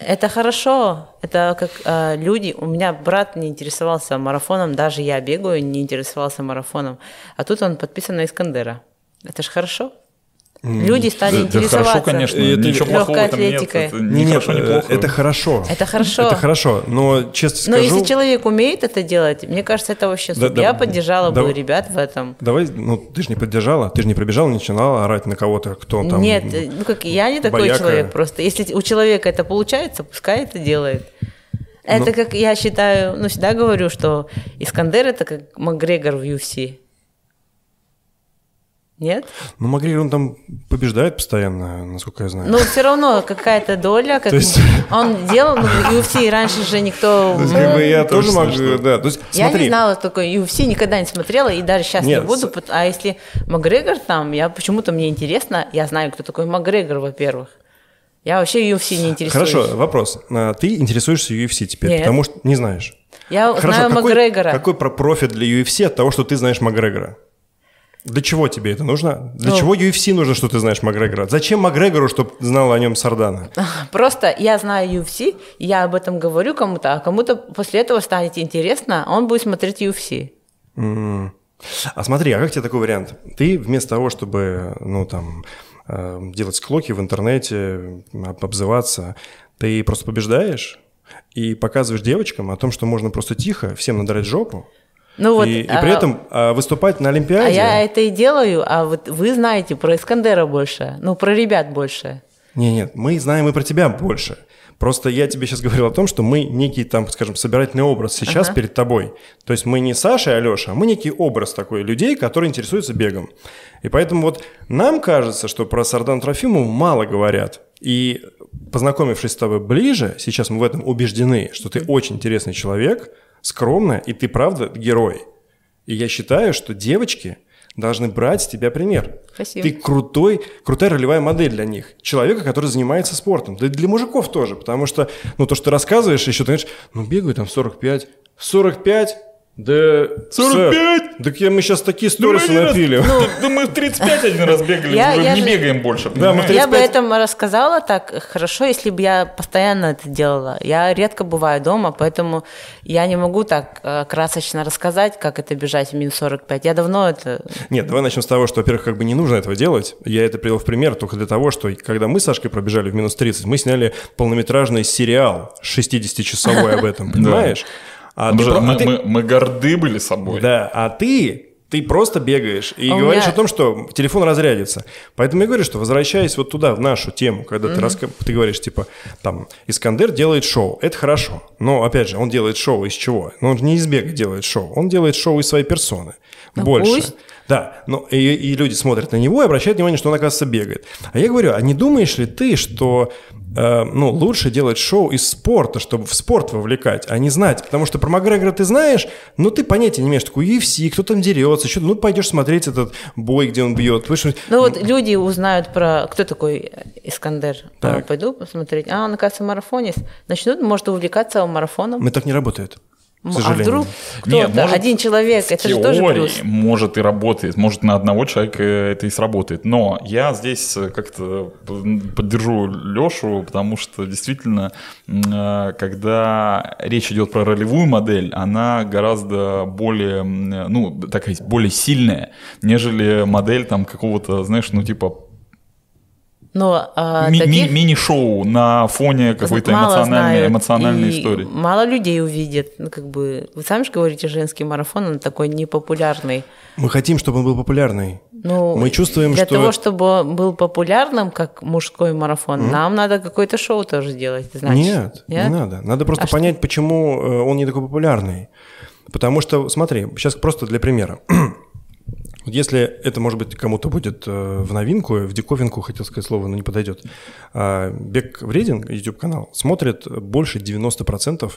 Это хорошо. Это как э, люди. У меня брат не интересовался марафоном, даже я бегаю, не интересовался марафоном. А тут он подписан на Искандера. Это же хорошо. Люди стали Да, да, интересоваться. хорошо, конечно. И это ничего легкая плохого там нет. атлетика. Это не хорошо, не э, плохо. это хорошо. Это хорошо. Это хорошо, но честно Но скажу... если человек умеет это делать, мне кажется, это вообще Да, супер. да, я поддержала да. бы ребят в этом. Давай, ну ты же не поддержала, ты же не прибежала, не начинала орать на кого-то, кто там. Нет, э, ну как я не такой бояка. человек просто. Если у человека это получается, пускай это делает. Это Ну. как я считаю, ну всегда говорю, что Искандер это как Макгрегор в UFC. Нет? Ну, Магрир, он там побеждает постоянно, насколько я знаю. Но все Ну, равно какая-то доля, как То есть- он делал, ну, UFC раньше же никто... ну, То есть, как бы я Точно, тоже что- могу, да. То есть, Я смотри, не знала такой UFC, никогда не смотрела, и даже сейчас Нет, не буду. пот- А если Макгрегор там, я почему-то мне интересно, я знаю, кто такой Макгрегор, во-первых. Я вообще UFC не интересуюсь. хорошо, вопрос. А, Ты интересуешься UFC теперь, Нет. потому что не знаешь. Я знаю какой, Макгрегора. какой про- профит для UFC от того, что ты знаешь Макгрегора? Для чего тебе это нужно? Для Ну. чего UFC нужно, что ты знаешь Макгрегора? Зачем Макгрегору, чтобы знала о нем Сардана? Просто я знаю UFC, я об этом говорю кому-то, а кому-то после этого станет интересно, а он будет смотреть UFC. М. А смотри, а как тебе такой вариант? Ты вместо того, чтобы, ну, там, э, делать склоки в интернете, об- обзываться, ты просто побеждаешь и показываешь девочкам о том, что можно просто тихо всем надрать жопу, Ну вот, и, и а- при этом а, выступать на А Олимпиаде... я это и делаю, а вот вы знаете про Искандера больше, ну про ребят больше. Не, нет, мы знаем и про тебя больше. Просто я тебе сейчас говорил о том, что мы некий там, скажем, собирательный образ сейчас перед тобой. То есть мы не Саша и Алеша, а мы некий образ такой людей, которые интересуются бегом. И поэтому вот нам кажется, что про Сардан Трофимову мало говорят. И познакомившись с тобой ближе, сейчас мы в этом убеждены, что ты очень интересный человек, скромная, и ты правда герой. И я считаю, что девочки должны брать с тебя пример. Спасибо. Ты крутой, крутая ролевая модель для них. Человека, который занимается спортом. Да и для мужиков тоже, потому что, ну, то, что ты рассказываешь, еще ты говоришь, ну, бегаю там в 45. В 45? Да... 45? сэр, так я, мы сейчас такие сторисы один раз- напили. Да, ну, да мы в 35 один раз бегали, Я- уже я не же- бегаем больше. Да, мы в понимаешь? Я 35. бы этом рассказала так хорошо, если бы я постоянно это делала. Я редко бываю дома, поэтому я не могу так э, красочно рассказать, как это бежать в минус 45. Я давно это... Нет, давай начнем с того, что, во-первых, как бы не нужно этого делать. Я это привел в пример только для того, что когда мы с Сашкой пробежали в минус 30, мы сняли полнометражный сериал 60-часовой об этом, понимаешь? А Потому ты что про- а мы, ты- мы- мы горды были собой. Да, а ты, ты просто бегаешь и А у говоришь меня- о том, что телефон разрядится. Поэтому я говорю, что возвращаясь вот туда, в нашу тему, когда ты, раска- ты говоришь, типа, там, Искандер делает шоу, это хорошо. Но, опять же, он делает шоу из чего? Ну, он же не из бега делает шоу, он делает шоу из своей персоны. Ну, Больше. пусть. Да, ну и, и люди смотрят на него и обращают внимание, что он, оказывается, бегает. А я говорю, а не думаешь ли ты, что э, ну, лучше делать шоу из спорта, чтобы в спорт вовлекать, а не знать? Потому что про Макгрегора ты знаешь, но ты понятия не имеешь, такой UFC, кто там дерется, что ну пойдешь смотреть этот бой, где он бьет. Вы что- Ну вот люди узнают про... Кто такой Искандер? А, Так. пойду посмотреть. А, он, оказывается, марафонец. Начнут, может, увлекаться марафоном. Мы так не работает. М, к А сожалению. вдруг Нет, кто-то, может, один человек, это же тоже теории, плюс. может, и работает, может, на одного человека это и сработает. Но я здесь э, как-то п- поддержу Лешу, потому что действительно, м, э, когда речь идет про ролевую модель, она гораздо более, м, э, ну, такая более сильная, нежели модель там какого-то, знаешь, ну, типа Но а, ми- ми- таких мини-шоу на фоне какой-то мало эмоциональной, знают, эмоциональной и истории. Мало людей увидят. Ну, как бы, вы сами же говорите, женский марафон, он такой непопулярный. Мы хотим, чтобы он был популярный. Ну, Мы чувствуем, для что- того, чтобы он был популярным, как мужской марафон, нам надо какое-то шоу тоже делать. Значит. Нет, не надо. Надо просто А что? понять, почему э, он не такой популярный. Потому что, смотри, сейчас просто для примера. Вот Если это, может быть, кому-то будет э, в новинку, в диковинку, хотел сказать слово, но не подойдет. А, Бег вреден, YouTube-канал, смотрит больше 90%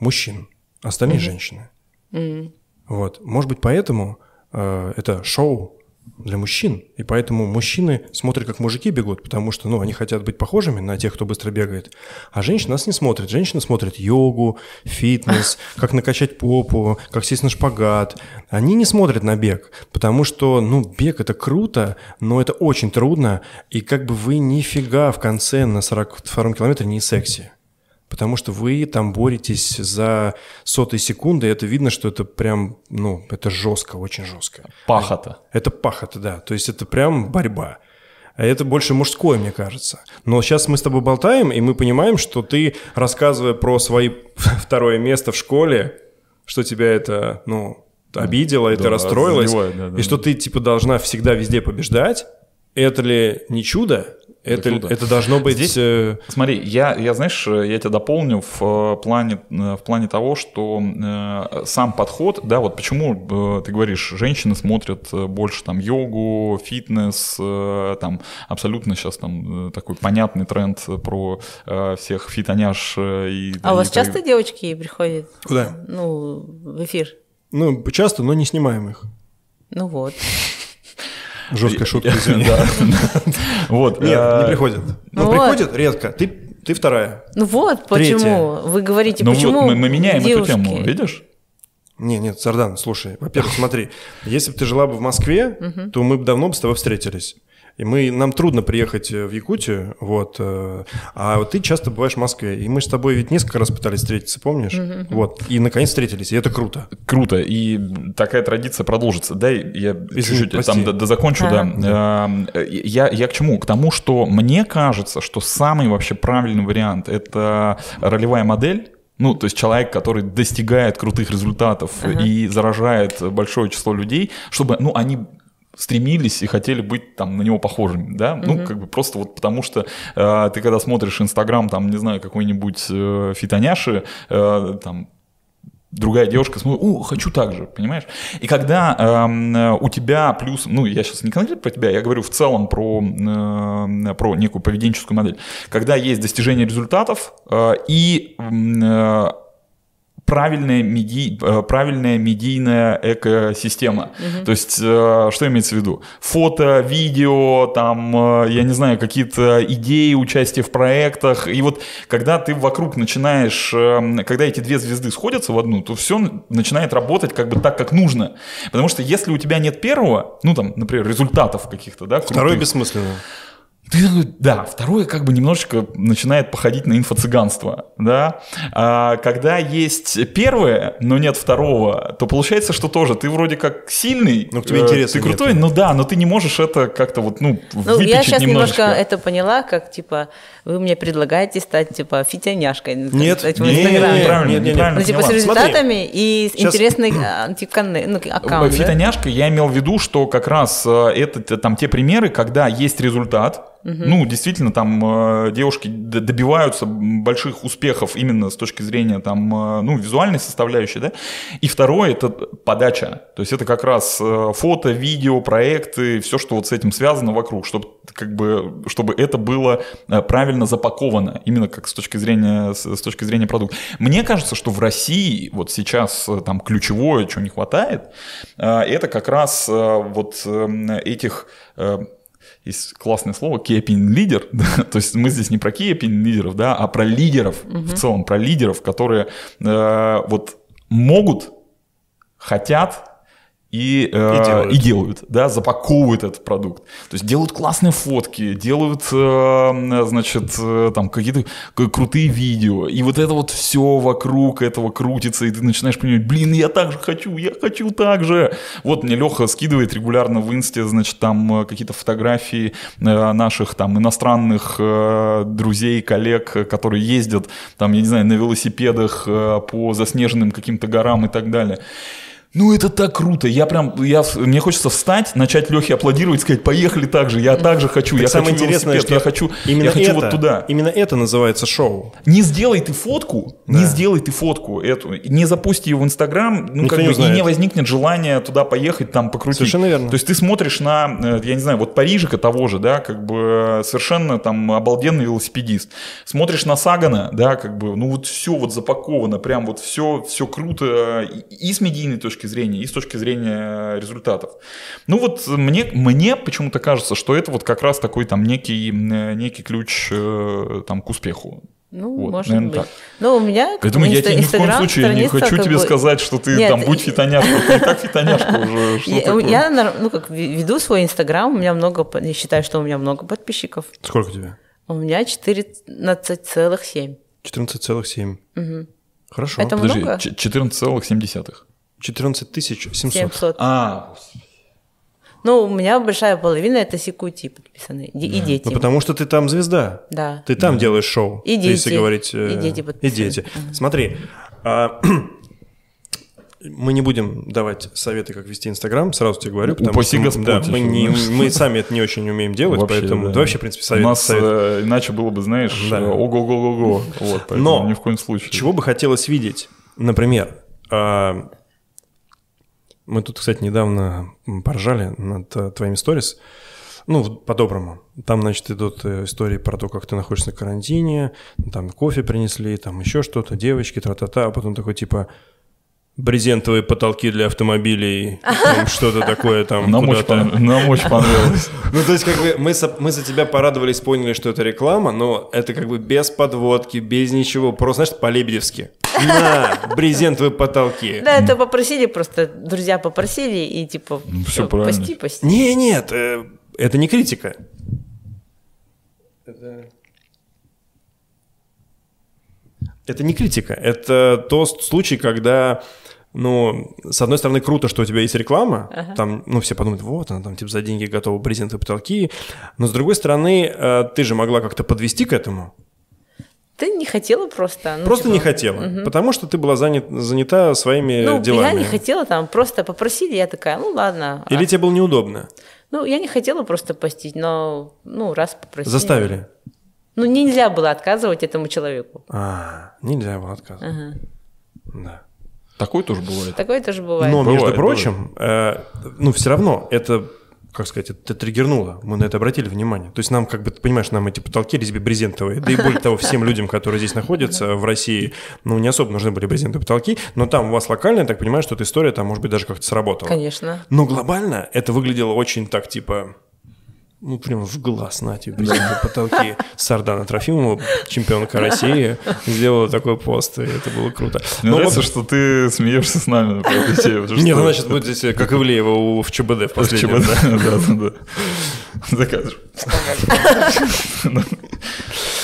мужчин, остальные женщины. М. Вот. Может быть, поэтому э, это шоу для мужчин, и поэтому мужчины смотрят, как мужики бегут, потому что, ну, они хотят быть похожими на тех, кто быстро бегает, а женщины нас не смотрят. Женщины смотрят йогу, фитнес, как накачать попу, как сесть на шпагат. Они не смотрят на бег, потому что, ну, бег – это круто, но это очень трудно, и как бы вы нифига в конце на 42-м километре не секси. Потому что вы там боретесь за сотые секунды, и это видно, что это прям, ну, это жестко, очень жестко. Пахота. Это пахота, да. То есть это прям борьба. А Это больше мужское, мне кажется. Но сейчас мы с тобой болтаем, и мы понимаем, что ты, рассказывая про свои второе место в школе, что тебя это, ну, обидело, это Да, расстроилось, задевает, да, да, и что ты, типа, должна всегда везде побеждать, это ли не чудо? Это, круто. это должно быть... Здесь- э, Смотри, я, я, знаешь, я тебя дополню в э, плане, э, в плане того, что э, сам подход, да, вот почему э, ты говоришь, женщины смотрят э, больше там йогу, фитнес, э, там абсолютно сейчас там э, такой понятный тренд про э, всех фитоняш э, и... А у вас и так- часто девочки приходят Куда? ну, в эфир? Ну, часто, но не снимаем их. Ну вот. Жесткая шутка, Да, извини. да. Вот. Нет, не э, приходят. Ну, вот. приходят редко. Ты, ты вторая. Ну вот Третье. почему. Вы говорите, Ну вот, почему мы мы меняем эту девушки? тему, видишь? Не, нет, Сардан, слушай, во-первых, смотри, если бы ты жила бы в Москве, то мы бы давно бы с тобой встретились. И мы, нам трудно приехать э, в Якутию, вот, э, а вот ты часто бываешь в Москве, и мы с тобой ведь несколько раз пытались встретиться, помнишь? Вот, и наконец встретились, и это круто. Круто, и такая традиция продолжится. Дай я чуть-чуть прости. там до- дозакончу, да. Э, Я, я к чему? К тому, что мне кажется, что самый вообще правильный вариант — это ролевая модель, ну, то есть человек, который достигает крутых результатов и заражает большое число людей, чтобы, ну, они стремились и хотели быть там на него похожими, да, ну как бы просто вот потому что э, ты когда смотришь Инстаграм там не знаю какой-нибудь э, фитоняши э, там другая девушка смотрит, о, хочу так же, понимаешь? И когда эм, э, у тебя плюс, ну, я сейчас не конкретно про тебя, я говорю в целом про, эм, про некую поведенческую модель, когда есть достижение результатов э, и м, э, правильная, меди- э, правильная медийная экосистема. То есть, э, что имеется в виду? Фото, видео, там, э, я не знаю, какие-то идеи участия в проектах. И вот когда ты вокруг начинаешь, э, когда эти две звезды сходятся в одну, то все начинает работать как бы так, как нужно. Потому что если у тебя нет первого, ну там, например, результатов каких-то, да, Второе крутых, бессмысленно. ты такой, да, второе как бы немножечко начинает походить на инфо-цыганство, да. А когда есть первое, но нет второго, то получается, что тоже ты вроде как сильный, Ну, к тебе э, интереса ты нет. крутой, ну да, но ты не можешь это как-то вот, ну, Ну, я выпечить сейчас немножко. немножечко. это поняла, как, типа, вы мне предлагаете стать, типа, фитяняшкой. ну, так Нет, сказать, в нет, Инстаграме. нет, неправильно, нет, нет, неправильно Ну, типа, с поняла. результатами и с Щас- интересный а, антиконне- ну, аккаунт, да? Фитоняшка, я имел в виду, что как раз э, это т- там те примеры, когда есть результат. Ну, действительно, там э, девушки д- добиваются больших успехов именно с точки зрения там, э, ну, визуальной составляющей, да. И второе это подача. То есть это как раз э, фото, видео, проекты, все, что вот с этим связано вокруг, чтобы как бы, чтобы это было э, правильно запаковано, именно как с точки зрения с, с точки зрения продукта. Мне кажется, что в России вот сейчас э, там ключевое, чего не хватает, э, это как раз э, вот э, этих э, есть классное слово кепин лидер, то есть мы здесь не про кепин лидеров, да, а про лидеров в целом, про лидеров, которые э, вот могут, хотят и, э, И делают. и делают, да, запаковывают этот продукт. То есть делают классные фотки, делают, э, значит, э, там какие-то к- крутые видео. И вот это вот все вокруг этого крутится, и ты начинаешь понимать, блин, я так же хочу, я хочу так же. Вот мне Леха скидывает регулярно в инсте, значит, там э, какие-то фотографии э, наших там иностранных э, друзей, коллег, э, которые ездят там, я не знаю, на велосипедах э, по заснеженным каким-то горам и так далее. Ну, это так круто. Я прям, я, мне хочется встать, начать Лехе аплодировать, сказать, поехали так же, я так же хочу, я самое хочу интересное, велосипед, что я хочу, именно я хочу это- вот туда. Именно это называется шоу. Не сделай ты фотку, не сделай ты фотку эту, не запусти ее в Инстаграм, ну, Никто как не бы, и узнает. не возникнет желания туда поехать, там покрутить. Совершенно верно. То есть ты смотришь на, э, я не знаю, вот Парижика того же, да, как бы э, совершенно там обалденный велосипедист. Смотришь на Сагана, да, как бы, ну вот все вот запаковано, прям вот все, все круто и и с медийной точки зрения, и с точки зрения результатов. Ну вот мне, мне почему-то кажется, что это вот как раз такой там некий, э, некий ключ э, там к успеху. Ну, Вот, может наверное, быть. так. Ну, у меня как Поэтому бы я инста- тебе ни в коем Инстаграм случае не страница хочу как тебе бы- сказать, что ты Нет, там будь и- фитоняшка, ты и так фитоняшка уже. что Я, такое? я нар- ну, как ви- веду свой Инстаграм, у меня много, по- я считаю, что у меня много подписчиков. Сколько у тебя? У меня 14,7. 14,7. Мгм. Хорошо. Это Подожди, много? ч- 14,7. 14 тысяч 700. 700. А, Ну, у меня большая половина это секути подписаны. Ди- И дети. Ну, потому что ты там звезда. Да. Ты там делаешь шоу. И Если дети. говорить... э, И дети И подписаны. дети. Смотри, а, мы не будем давать советы, как вести Инстаграм, сразу тебе говорю. потому Ну, Упаси что мы- Господь, да, если мы, что, не- да. мы сами это не очень умеем делать, Вообще, поэтому... да. да вообще, в принципе, совет. у нас совет. э, иначе было бы, знаешь, Да. э, ого-го-го-го. Вот, поэтому Но ни в коем случае. Чего бы хотелось видеть? Например, а, мы тут, кстати, недавно м, поржали над э, твоими сторис. Ну, в- по-доброму. Там, значит, идут э, истории про то, как ты находишься на карантине, там кофе принесли, там еще что-то, девочки, тра-та-та, а потом такой типа брезентовые потолки для автомобилей, там что-то такое там Нам очень, куда-то. пон- нам очень понравилось. Ну, то есть, как бы, мы, со- мы за тебя порадовались, поняли, что это реклама, но это как бы без подводки, без ничего, просто, знаешь, по-лебедевски. На, брезентовые потолки. Да, это попросили просто, друзья попросили, и типа, Ну, всё всё, правильно. пости, пости. Не, нет, э, это не критика. Это... это не критика, это тот случай, когда, ну, с одной стороны, круто, что у тебя есть реклама, там, ну, все подумают, вот, она там, типа, за деньги готова брезентовые потолки, но, с другой стороны, э, ты же могла как-то подвести к этому, Ты не хотела просто. ну, просто типа, не хотела, потому что ты была занят- занята своими Ну, делами. я не хотела там, просто попросили, я такая, ну ладно. Или А, тебе было неудобно, Ну, я не хотела просто постить, но, ну, раз попросили. заставили. Ну, нельзя было отказывать этому человеку. А, нельзя было отказывать. Ага. Да. Такое тоже бывает. Такое тоже бывает. Но, между Бывает, прочим, э, ну, все равно это, как сказать, это триггернуло. Мы на это обратили внимание. То есть нам, как бы, ты понимаешь, нам эти потолки резьбе брезентовые. Да и более того, всем людям, которые здесь находятся в России, ну, не особо нужны были брезентовые потолки. Но там у вас локально, я так понимаю, что эта история там, может быть, даже как-то сработала. Конечно. Но глобально это выглядело очень так, типа, ну, прям в глаз, на тебе, брезентовые потолки. Сардана Трофимова, чемпионка России, сделала такой пост, и это было круто. Мне Но нравится, Ну вот- что ты смеешься с нами по этой теме, потому Нет, что- значит, будет здесь, э, как Ивлеева у, в ЧБД в последнем. ЧБД, да, да, да. За кадр.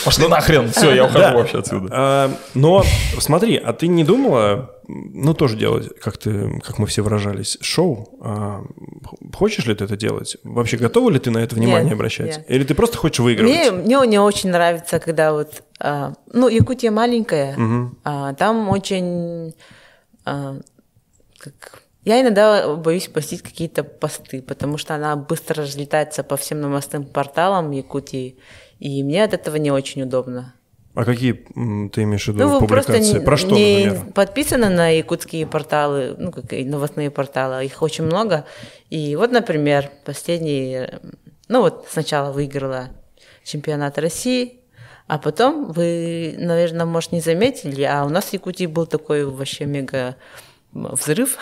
Пошли нахрен, все, я Да. ухожу вообще отсюда. А, но смотри, а ты не думала, ну тоже делать, как ты, как мы все выражались, шоу? А, х- хочешь ли ты это делать? Вообще готова ли ты на это внимание Нет, обращать? нет. Или ты просто хочешь выигрывать? Мне, мне не очень нравится, когда вот... а, ну, Якутия маленькая, а, там очень... а, как- я иногда боюсь постить какие-то посты, потому что она быстро разлетается по всем новостным порталам Якутии, и мне от этого не очень удобно. А какие м, ты имеешь в виду Ну, вы просто публикации? не, Про что, не например? подписаны на якутские порталы, ну, как и новостные порталы, их очень много. И вот, например, последний, э, ну, вот сначала выиграла чемпионат России, а потом вы, наверное, может, не заметили, а у нас в Якутии был такой вообще мега м, взрыв.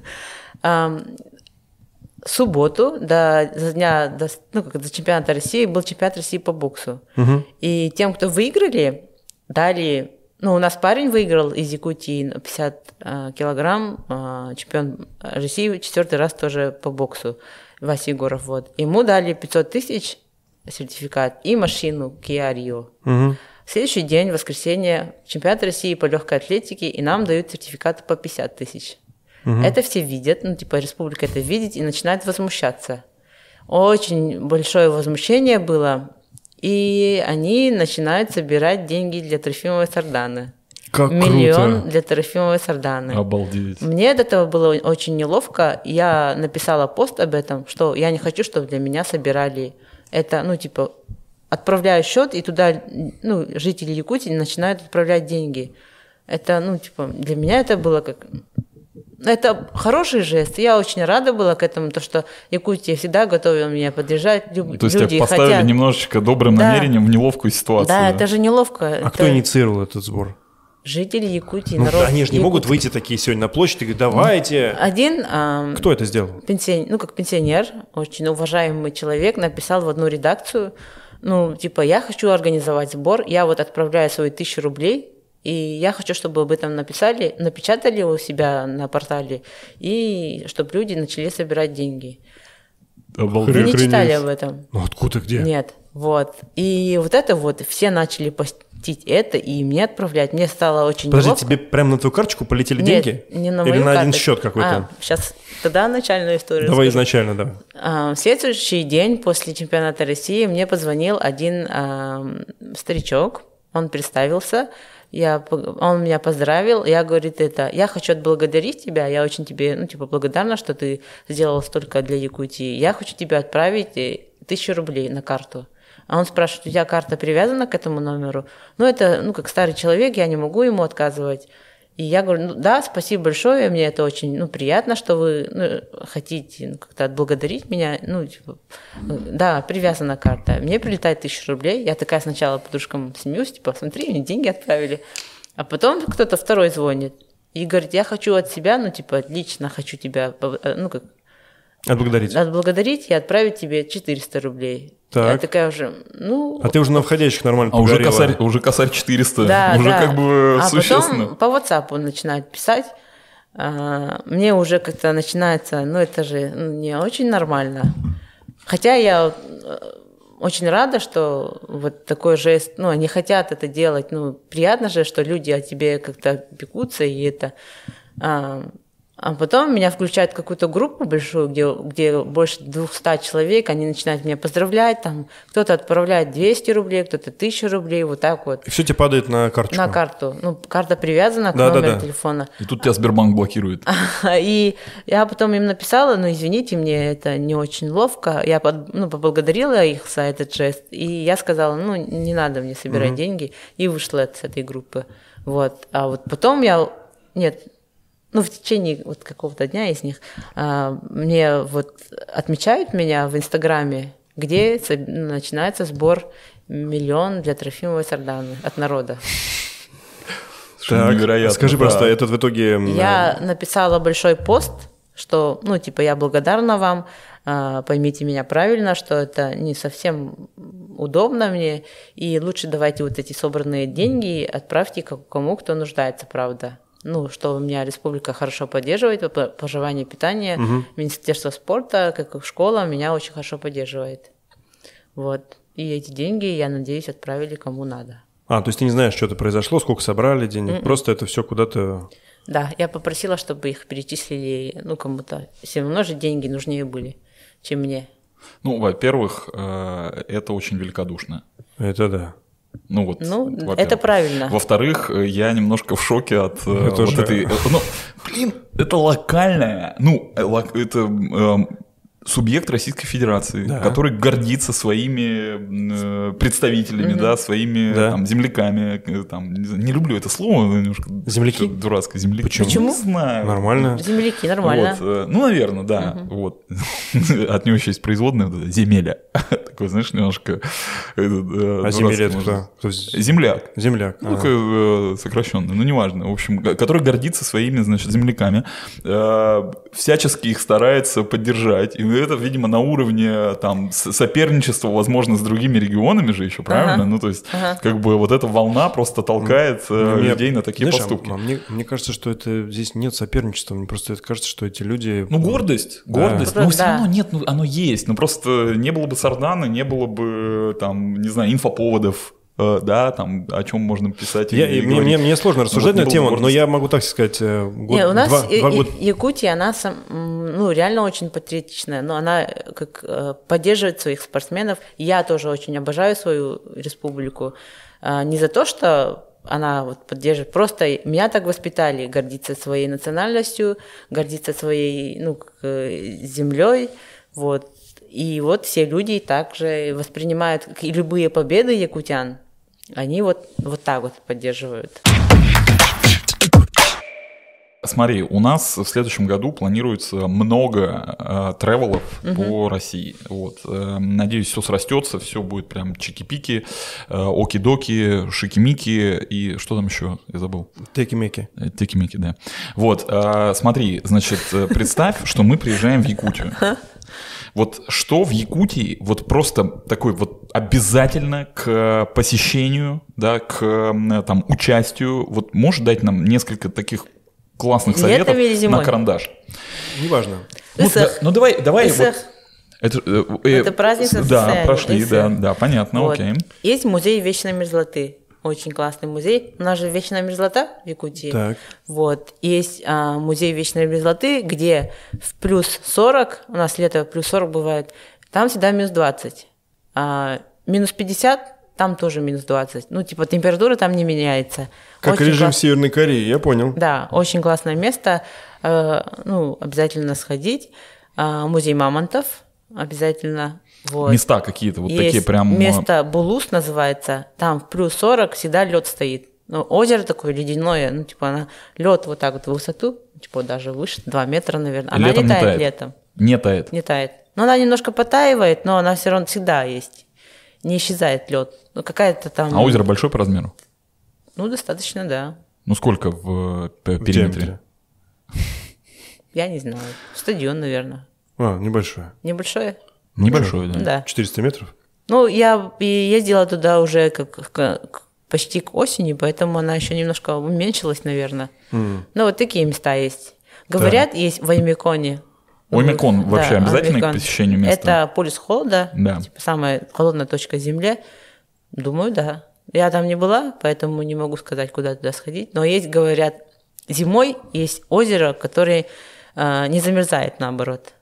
Ам, в субботу до за дня до, с- ну, как, до чемпионата России был чемпионат России по боксу. И тем, кто выиграли, дали Ну, у нас парень выиграл из Якутии на 50 э, килограмм, э, чемпион России четвертый раз тоже по боксу, Вася Егоров, вот. Ему дали 500 тысяч сертификат и машину Kia Rio. Мгм. В следующий день, воскресенье, чемпионат России по легкой атлетике, и нам дают сертификаты по 50 тысяч. Это все видят, ну, типа, республика это видит и начинает возмущаться. Очень большое возмущение было, и они начинают собирать деньги для Трофимовой Сарданы. Как Миллион круто. А для Трофимовой Сарданы. Обалдеть. Мне от этого было очень неловко. Я написала пост об этом, что я не хочу, чтобы для меня собирали это, ну, типа, отправляю счет, и туда, ну, жители Якутии начинают отправлять деньги. Это, ну, типа, для меня это было как... Это хороший жест. Я очень рада была к этому, то, что Якутия всегда готова меня поддержать. Лю- То есть люди тебя поставили хотят. немножечко добрым Да. намерением в неловкую ситуацию. Да, это же неловко. А Это кто инициировал этот сбор? Жители Якутии, Ну, народ они же не Якутии. могут выйти такие сегодня на площадь и говорить, давайте. Один... а, ам, Кто это сделал? пенсион- ну, как пенсионер, очень уважаемый человек, написал в одну редакцию, ну, типа, я хочу организовать сбор, я вот отправляю свои тысячи рублей, и я хочу, чтобы об этом написали, напечатали у себя на портале, и чтобы люди начали собирать деньги. Обалдеть. Вы не Охренеть. читали об этом? Ну откуда, где? Нет, вот. И вот это вот, все начали постить это и мне отправлять. Мне стало очень Подожди, неловко. тебе прямо на твою карточку полетели Нет, деньги? не на Или мою на один карточку. счет какой-то? А, сейчас, тогда начальную историю Давай расскажу. изначально, да. А, В следующий день после чемпионата России мне позвонил один ам, старичок, он представился, я, пог- он меня поздравил, я говорит это, я хочу отблагодарить тебя, я очень тебе, ну, типа, благодарна, что ты сделал столько для Якутии, я хочу тебе отправить э, тысячу рублей на карту. А он спрашивает, у тебя карта привязана к этому номеру? Ну, это, ну, как старый человек, я не могу ему отказывать. И я говорю, ну да, спасибо большое, мне это очень ну, приятно, что вы ну, хотите ну, как-то отблагодарить меня. Ну, типа, э, да, привязана карта. Мне прилетает тысяча рублей. Я такая сначала подружкам смеюсь, типа, смотри, мне деньги отправили. А потом кто-то второй звонит и говорит, я хочу от себя, ну, типа, лично хочу тебя, пов- э, ну, как, Отблагодарить. отблагодарить и отправить тебе 400 рублей. Я Так. такая уже, ну, А ты уже на входящих нормально А уже погорела. косарь, уже косарь 400, Да, уже да. как бы э, а существенно. потом по WhatsApp он начинает писать. А, Мне уже как-то начинается, ну это же ну, не очень нормально. Хотя я э, очень рада, что вот такой жест, ну они хотят это делать, ну приятно же, что люди о тебе как-то пекутся и это. А а потом меня включают в какую-то группу большую, где, где больше 200 человек, они начинают меня поздравлять, там кто-то отправляет 200 рублей, кто-то 1000 рублей, вот так вот. И все тебе падает на карточку. На карту. Ну, карта привязана к Да, да, номеру да. телефона. И тут тебя Сбербанк блокирует. И я потом им написала, ну, извините, мне это не очень ловко. Я под- ну, поблагодарила их за этот жест. И я сказала, ну, не надо мне собирать деньги. И вышла от- с этой группы. Вот. А вот потом я... Нет, ну, в течение вот какого-то дня из них а, мне вот отмечают меня в Инстаграме, где со- начинается сбор миллион для Трофимовой Сарданы от народа. Что невероятно, Скажи да. просто, этот в итоге... м, Я написала большой пост, что, ну, типа, я благодарна вам, а, поймите меня правильно, что это не совсем удобно мне, и лучше давайте вот эти собранные деньги отправьте ко- кому, кто нуждается, правда. Ну, что меня республика хорошо поддерживает, по- поживание, питание, Министерство спорта, как и школа, меня очень хорошо поддерживает. Вот. И эти деньги, я надеюсь, отправили кому надо. А, то есть ты не знаешь, что-то произошло, сколько собрали денег, М-м. просто это все куда-то... Да, я попросила, чтобы их перечислили, ну, кому-то. Все равно же деньги нужнее были, чем мне. Ну, во-первых, э, это очень великодушно. Это да. Ну вот. Ну, во-первых. это правильно. Во-вторых, э, я немножко в шоке от э, Я вот тоже. этой. э, Ну, блин, это локальное. Ну, э, лок- это эм, субъект Российской Федерации, Да. который гордится своими э, представителями, да, своими Да. там земляками, э, там не, знаю, не люблю это слово, но немножко Земляки? всё дурацкое земляки. Ну, Почему? Почему? Не знаю. Нормально. Земляки, нормально. Вот, э, ну, наверное, да. Вот. От него еще есть производная вот эта земеля. Такой, знаешь, немножко... э, А э, дурацкий, земля это может. кто? То есть Земляк. Земляк. Ну, а. такой, э, сокращенный, ну, неважно. В общем, ко- который гордится своими, значит, земляками. Э, Всячески их старается поддержать. И ну это, видимо, на уровне там с- соперничества, возможно, с другими регионами же еще, правильно? Ага. Ну, то есть, Ага. как бы вот эта волна просто толкает э, Мне- людей на такие знаешь, а поступки. м- Мне, мне кажется, что это здесь нет соперничества. Мне просто это кажется, что эти люди... Ну, гордость, Да. гордость. Просто Но все да. равно нет, ну, оно есть. Но просто не было бы Сардана, не было бы, там, не знаю, инфоповодов, э, да, там, о чем можно писать. Я- или и мне, говорить. мне- мне сложно рассуждать вот не на эту было тему, но гордости. я могу так сказать, э, год, Не, у нас два, Я- два Я- года. Якутия, она сам- м, ну, реально очень патриотичная, но она э, как э, поддерживает своих спортсменов. Я тоже очень обожаю свою республику. А, Не за то, что она вот поддерживает, просто меня так воспитали гордиться своей национальностью, гордиться своей ну, землей. Вот. И вот все люди также воспринимают как и любые победы якутян. Они вот, вот так вот поддерживают. Смотри, у нас в следующем году планируется много э, тревелов по России. Вот. Э, надеюсь, все срастется, все будет прям чики-пики, э, оки-доки, шики-мики и что там еще? Я забыл. Теки-меки. Э, Тики-мики, да. Вот, э, смотри, значит, э, представь, что мы приезжаем в Якутию. Вот что в Якутии, вот просто такой вот обязательно к э, посещению, да, к э, там участию, вот можешь дать нам несколько таких классных Летом советов или зимой? на карандаш? Неважно. Ну, да- Исэх. ну давай, давай вот- Исэх. Это, э, э, Это праздник с- Да, состояния, прошли, Исэх. да, да, Ну, понятно, Вот. окей. Есть музей вечной мерзлоты. Очень классный музей. У нас же вечная мерзлота в Якутии. Так. Вот. Есть а, музей вечной мерзлоты, где в плюс 40, у нас лето плюс 40 бывает, там всегда минус 20. А, минус 50, там тоже минус 20. Ну, типа температура там не меняется. Как Очень режим класс- Северной Кореи, я понял. Да, очень классное место. Э, ну, обязательно сходить. А, музей мамонтов обязательно. Вот. Места какие-то вот такие Есть прям... э, Место Булус называется, там в плюс 40 всегда лед стоит. Ну, озеро такое ледяное, ну, типа, она лед вот так вот в высоту, типа, даже выше, 2 метра, наверное. Она Летом не летает тает. летом, Не тает. не тает. Но она немножко потаивает, но она все равно всегда есть. Не исчезает лед. Ну, какая-то там... А озеро большое по размеру? Ну, достаточно, да. Ну сколько в э, п- В периметре? диаметре. Я не знаю. Стадион, наверное. А, небольшое. Небольшое? Ну, Небольшое, да. Да. 400 метров? Ну, я и ездила туда уже как, как- почти к осени, поэтому она еще немножко уменьшилась, наверное. М. Ну, вот такие места есть. Говорят, есть в Аймеконе. Оймекон Вот, вообще да, обязательно Аймекон. к посещению места? Это полюс холода, Да. типа самая холодная точка Земли. Думаю, да. Я там не была, поэтому не могу сказать, куда туда сходить. Но есть, говорят, зимой есть озеро, которое э, не замерзает, наоборот.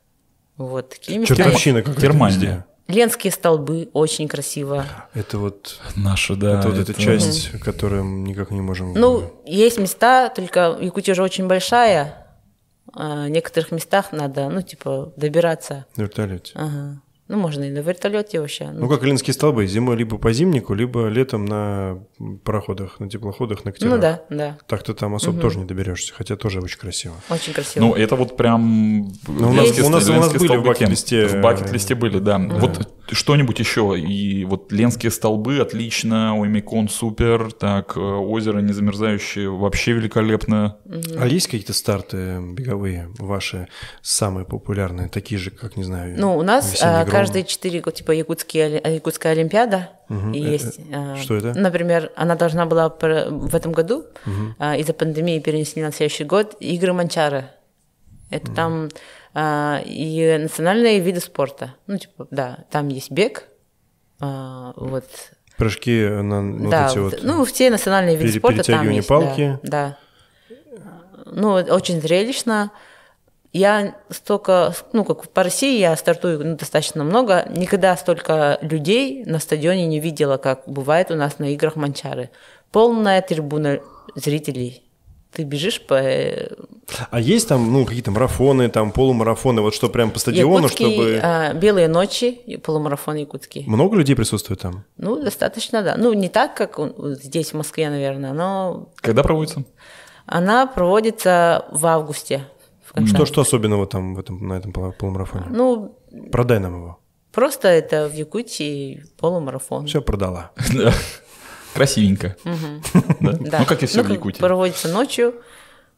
Вот такие места. есть. Чертовщина какая-то Германия. везде. Ленские столбы очень красиво. Это вот, Наша, да. это вот эта А, это- часть, которую мы никак не можем... Ну, есть места, только Якутия же очень большая. А, В некоторых местах надо, ну, типа, добираться. на вертолете. Ага. Ну, можно и на вертолете вообще. Ну, как Ленские столбы, зимой либо по зимнику, либо летом на пароходах, на теплоходах, на катерах. Ну да, да. Так-то там особо тоже не доберешься, хотя тоже очень красиво. Очень красиво. Ну, это вот прям... Ну, у нас- Ленские у нас- ст- у нас Ленские были в столбы тем. бакет-листе, В бакет-листе были, да. Вот что-нибудь еще. И вот Ленские столбы отлично, Оймекон супер, так, э, озеро незамерзающее вообще великолепно. А есть какие-то старты беговые ваши самые популярные, такие же, как, не знаю, Ну, у нас «Весенний а, гром»? каждые четыре, года, типа, якутские, оли- а, якутская олимпиада Мгм. и Э, э, есть. а, что это? Например, она должна была пр- в этом году а, из-за пандемии перенесли на следующий год игры Манчары. Это там а, и национальные виды спорта. Ну, типа, да, там есть бег, а, вот. Прыжки на вот да, эти вот, вот... ну, все национальные виды пере- спорта там перетягивание есть. палки. Да, да. Ну, это очень зрелищно. Я столько, ну, как по России я стартую ну, достаточно много. Никогда столько людей на стадионе не видела, как бывает у нас на играх Манчары. Полная трибуна зрителей. Ты бежишь по... э, А есть там, ну, какие-то марафоны, там, полумарафоны, вот что прям по стадиону, якутский, чтобы... а, «Белые ночи» и полумарафон якутский. Много людей присутствует там? Ну, достаточно, да. Ну, не так, как у- здесь, в Москве, наверное, но Когда проводится? она проводится в августе. в конце. Что, что особенного там в этом, на этом полу- полумарафоне? Ну, Продай нам его. Просто это в Якутии полумарафон. Все продала. Да. Красивенько. Да? Да. Ну, как и все Ну, в Якутии. Проводится ночью.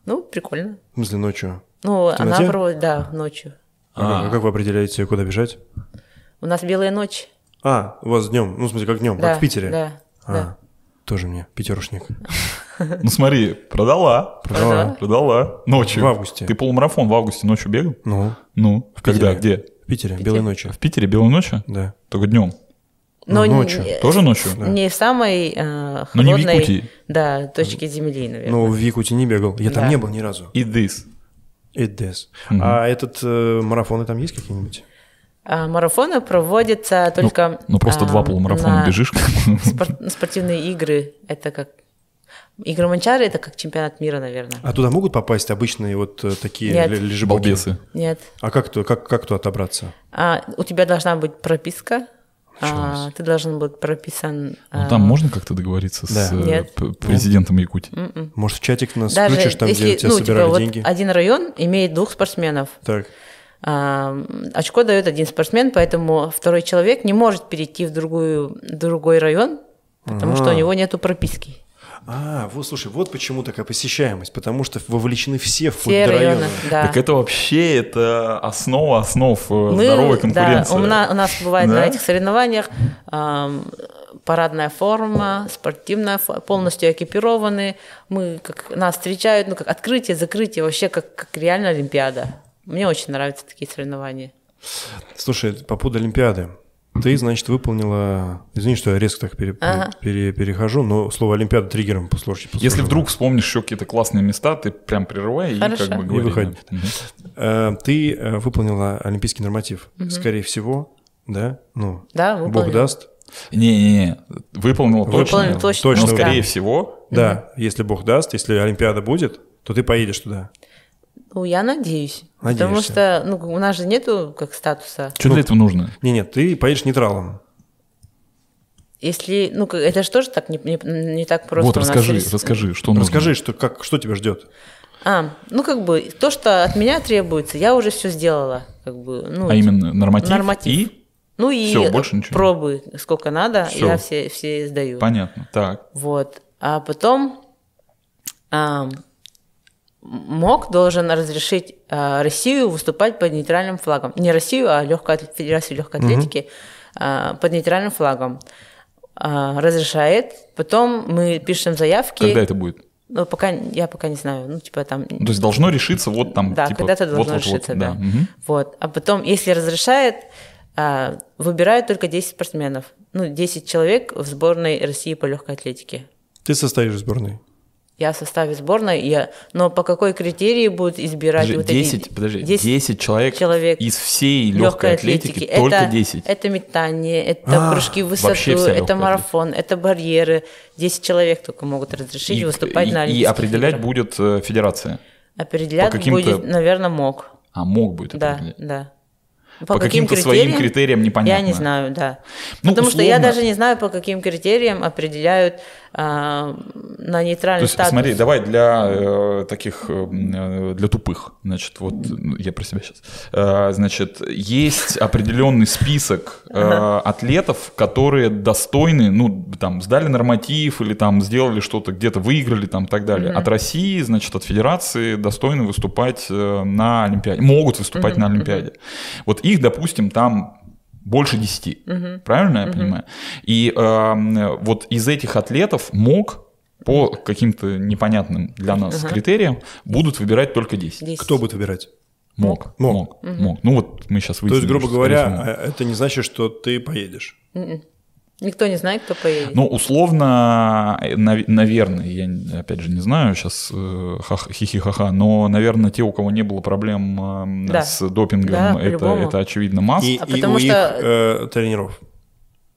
Ну, прикольно. В смысле, ночью. Ну, она темноте? проводит, да, ночью. А как- как вы определяете, куда бежать? У нас белая ночь. А, у вас днем, ну, в смысле, как днем, да, как в Питере. Да, А, да. Тоже мне, пятерушник. Ну смотри, продала. Продала. Продала. Ночью. В августе. Ты полумарафон в августе ночью бегал? Ну, Ну, когда, Питере. где? в Питере, белой ночи. В Питере белой ночи? Да. Только днем. Ну, не- ночью. не, Тоже ночью? в самой э, Но не в холодной Якутии. да, точке земли, наверное. Ну, в Якутии не бегал. Я там Да. не был ни разу. И this. Эдес. Мгм. А этот э, марафоны там есть какие-нибудь? А марафоны проводятся Ну, только... Ну, просто а, два полумарафона на бежишь. спор- спортивные игры, это как... Игры Манчары, это как чемпионат мира, наверное. А туда могут попасть обычные вот э, такие Нет. ле- лежебоки? Балбесы. Нет. А как то, как, как то отобраться? А, у тебя должна быть прописка. Ничего а, ты должен быть прописан... Ну, а, там можно как-то договориться с Да. э, Нет. п- президентом Якутии? м-м. Может, в чатик нас Даже включишь, там, где если у тебя ну, типа, собирали вот деньги? один район имеет двух спортсменов. Так. А, м, Очко дает один спортсмен, поэтому второй человек не может перейти в другую, другой район, потому что у Ага. него нету прописки. А, вот, слушай, вот почему такая посещаемость, потому что вовлечены все, вплоть Все до района. районы, да. Так это вообще это основа основ э, Мы, здоровой да, конкуренции. у, на- у нас бывает Да? на этих соревнованиях ам, парадная форма, спортивная, фо- полностью экипированы. Мы как нас встречают, ну как открытие, закрытие, вообще как, как реально Олимпиада. Мне очень нравятся такие соревнования. Слушай, по поводу Олимпиады. Ты, значит, выполнила... Извини, что я резко так пере- Ага. пере- перехожу, но слово Олимпиада триггером послушай. Если вдруг вспомнишь еще какие-то классные места, ты прям прерывай Хорошо. и как бы И говори, выходи. да. Мгм. Э, Ты э, выполнила олимпийский норматив, скорее всего, да? Ну, Да, Бог выполнила. даст. Не-не-не, выполнил точно. Выполнил точно. Ну, Но, Точно скорее выполнил. всего, Да, если Бог даст, если Олимпиада будет, то ты поедешь туда. Ну, я надеюсь. Потому Надеешься. что ну, у нас же нету как статуса. что для этого нужно? Не-нет, ты поедешь нейтралом. Если, ну, как- это же тоже так не, не- не так просто. вот, у нас расскажи, рис- расскажи, что нужно. Расскажи, что, как, что тебя ждет. А, ну, как бы, то, что от меня требуется, я уже все сделала. Как бы, ну, А именно норматив, Норматив. и... Ну и Всё, больше ничего. пробы, сколько надо, Всё. я все, все сдаю. Понятно, так. Вот. А потом ам, МОК должен разрешить а, Россию выступать под нейтральным флагом. Не Россию, а легкой, ат- Федерацию легкой атлетики а, под нейтральным флагом. А, разрешает. Потом мы пишем заявки. Когда это будет? Ну, пока, я пока не знаю. Ну, типа там... Ну, То есть должно решиться вот там, Да, типа, когда-то вот, должно вот, вот, решиться, да. мгм. Вот. А потом, если разрешает, а, выбирают только 10 спортсменов. Ну, 10 человек в сборной России по легкой атлетике. Ты состоишь в сборной. Я в составе сборной, я... но по какой критерии будут избирать Подожди, вот 10, эти... подожди, 10 10, человек, человек из всей лёгкой легкой атлетики, атлетики. только это, 10. Это метание, это А, прыжки в высоту, вообще вся лёгкая это атлетика. марафон, это барьеры. 10 человек только могут разрешить выступать и- на и Олимпийских определять играх. будет э, федерация. Определять по каким-то- будет, наверное, мог. А мог будет Да, определять. да. По, каким-то своим критериям непонятно. Я не знаю, да. Ну, Потому что я условно. даже не знаю, по каким критериям определяют а, на То нейтральный есть, статус. смотри, давай для э, таких, э, м, э, для тупых, значит, вот ну, я про себя сейчас. значит, есть определенный список э, атлетов, которые достойны, ну, там, сдали норматив или там сделали что-то, где-то выиграли там и так далее. От России, значит, от Федерации достойны выступать э, на Олимпиаде, могут выступать на Олимпиаде. Вот их, допустим, там больше 10, правильно я понимаю? И эм, вот из этих атлетов мог по каким-то непонятным для нас критериям будут выбирать только 10. Десять. Кто будет выбирать? Мог, Мог. мог, мог. Ну вот мы сейчас То есть, выясним. грубо что, скорее всего, говоря, э, это не значит, что ты поедешь. Никто не знает, кто поедет. Ну, условно, э, нав- наверное, я не- опять же не знаю сейчас э, ха- хихи-ха-ха, но, наверное, те, у кого не было проблем эм, Да. с допингом, Да, это, по-любому. это очевидно масс. И, А и потому у что- их э, тренеров.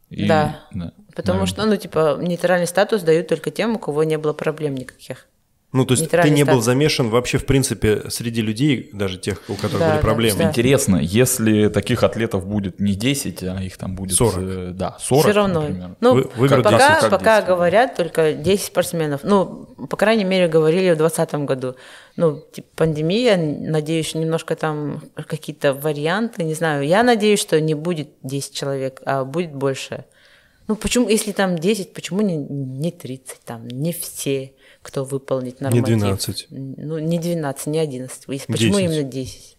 И- Да. Потому наверное. что, ну, типа, нейтральный статус дают только тем, у кого не было проблем никаких. Ну, то есть ты Нейтральный не был статус. замешан вообще, в принципе, среди людей, даже тех, у которых Да, были да, проблемы. да. Интересно, если таких атлетов будет не 10, а их там будет 40. э, да, 40, Все равно. например. Ну, Вы- выиграют пока, 10, как пока 10, да. говорят только 10 спортсменов. Ну, по крайней мере, говорили в 2020 году. Ну, типа, пандемия, надеюсь, немножко там какие-то варианты, не знаю. Я надеюсь, что не будет 10 человек, а будет больше. Ну, почему, если там 10, почему не, не 30, там, не все, кто выполнит норматив? 12. Ну, не 12, не 11. Если- Почему 10. именно 10?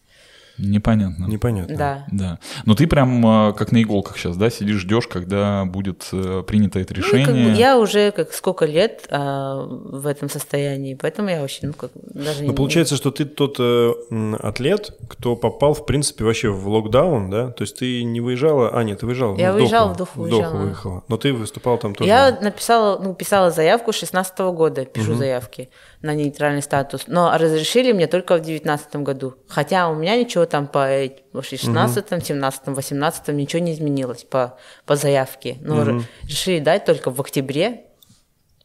Непонятно. Непонятно. Да. Да. Но ты прям э, как на иголках сейчас, да, сидишь, ждешь, когда будет э, принято это Ну, и решение. как бы я уже как сколько лет а, в этом состоянии, поэтому я вообще, ну, как даже Ну, не- получается, что ты тот э, м, атлет, кто попал, в принципе, вообще в локдаун, да? То есть ты не выезжала... А, нет, ты выезжала. Я в выезжала, Доху. В в Доху Доху выезжала. выехала. Но ты выступал там тоже. Я написала, ну, писала заявку 16 года, пишу заявки на нейтральный статус, но разрешили мне только в 19 году, хотя у меня ничего там по э, в 16, 17, 18 ничего не изменилось по, по заявке, но р- решили дать только в октябре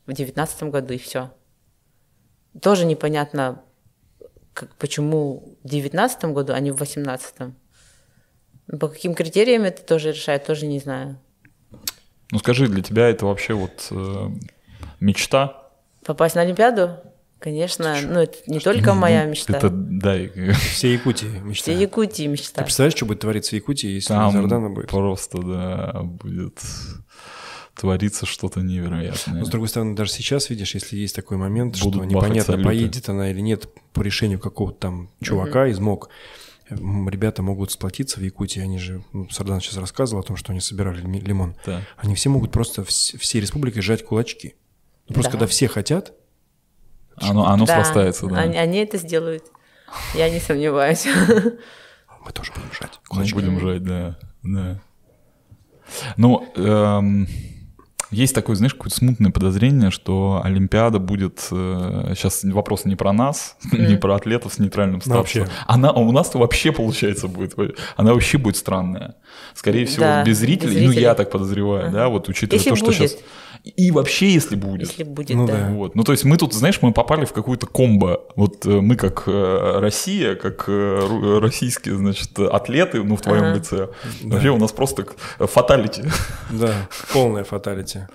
в 19 году и все. Тоже непонятно, как, почему в 19 году, а не в 18. По каким критериям это тоже решает, тоже не знаю. Ну скажи, для тебя это вообще вот э, мечта? Попасть на Олимпиаду? Конечно, ну это не только моя мечта. Это да. и- Все Якутии мечта. Все Якутии мечта. Ты представляешь, что будет твориться в Якутии, если Там Зардана будет? просто, да, будет твориться что-то невероятное. Но, Ну, с другой стороны, даже сейчас, видишь, если есть такой момент, что Будут бахать непонятно, салюты. поедет она или нет по решению какого-то там чувака из МОК, м, ребята могут сплотиться в Якутии, они же, ну, Сардан сейчас рассказывал о том, что они собирали ми- лимон. Да. Они все могут просто вс- всей республикой сжать кулачки. Ну, просто Да. когда все хотят, Оно, оно Да, срастается, да. Они, они это сделают. Я не сомневаюсь. мы тоже будем сжать Мы кулачки. будем жать, да. да. Но эм, есть такое, знаешь, какое-то смутное подозрение, что Олимпиада будет... э, сейчас вопрос не про нас, не про атлетов с нейтральным Ну, вообще. статусом. Она а у нас-то вообще, получается, будет... во- Она вообще будет странная. Скорее всего, Да, без без зрителей. Ну, зрителей. я так подозреваю, да, вот учитывая Если то, что будет. сейчас... И вообще, если будет. Если будет, Ну да. Вот. Ну, то есть мы тут, знаешь, мы попали в какую-то комбо. Вот э, мы как э, Россия, как э, ру- э, российские, значит, э, атлеты, ну, в твоем Ага. лице. Вообще у нас просто к- э, фаталити. Да, полная фаталити.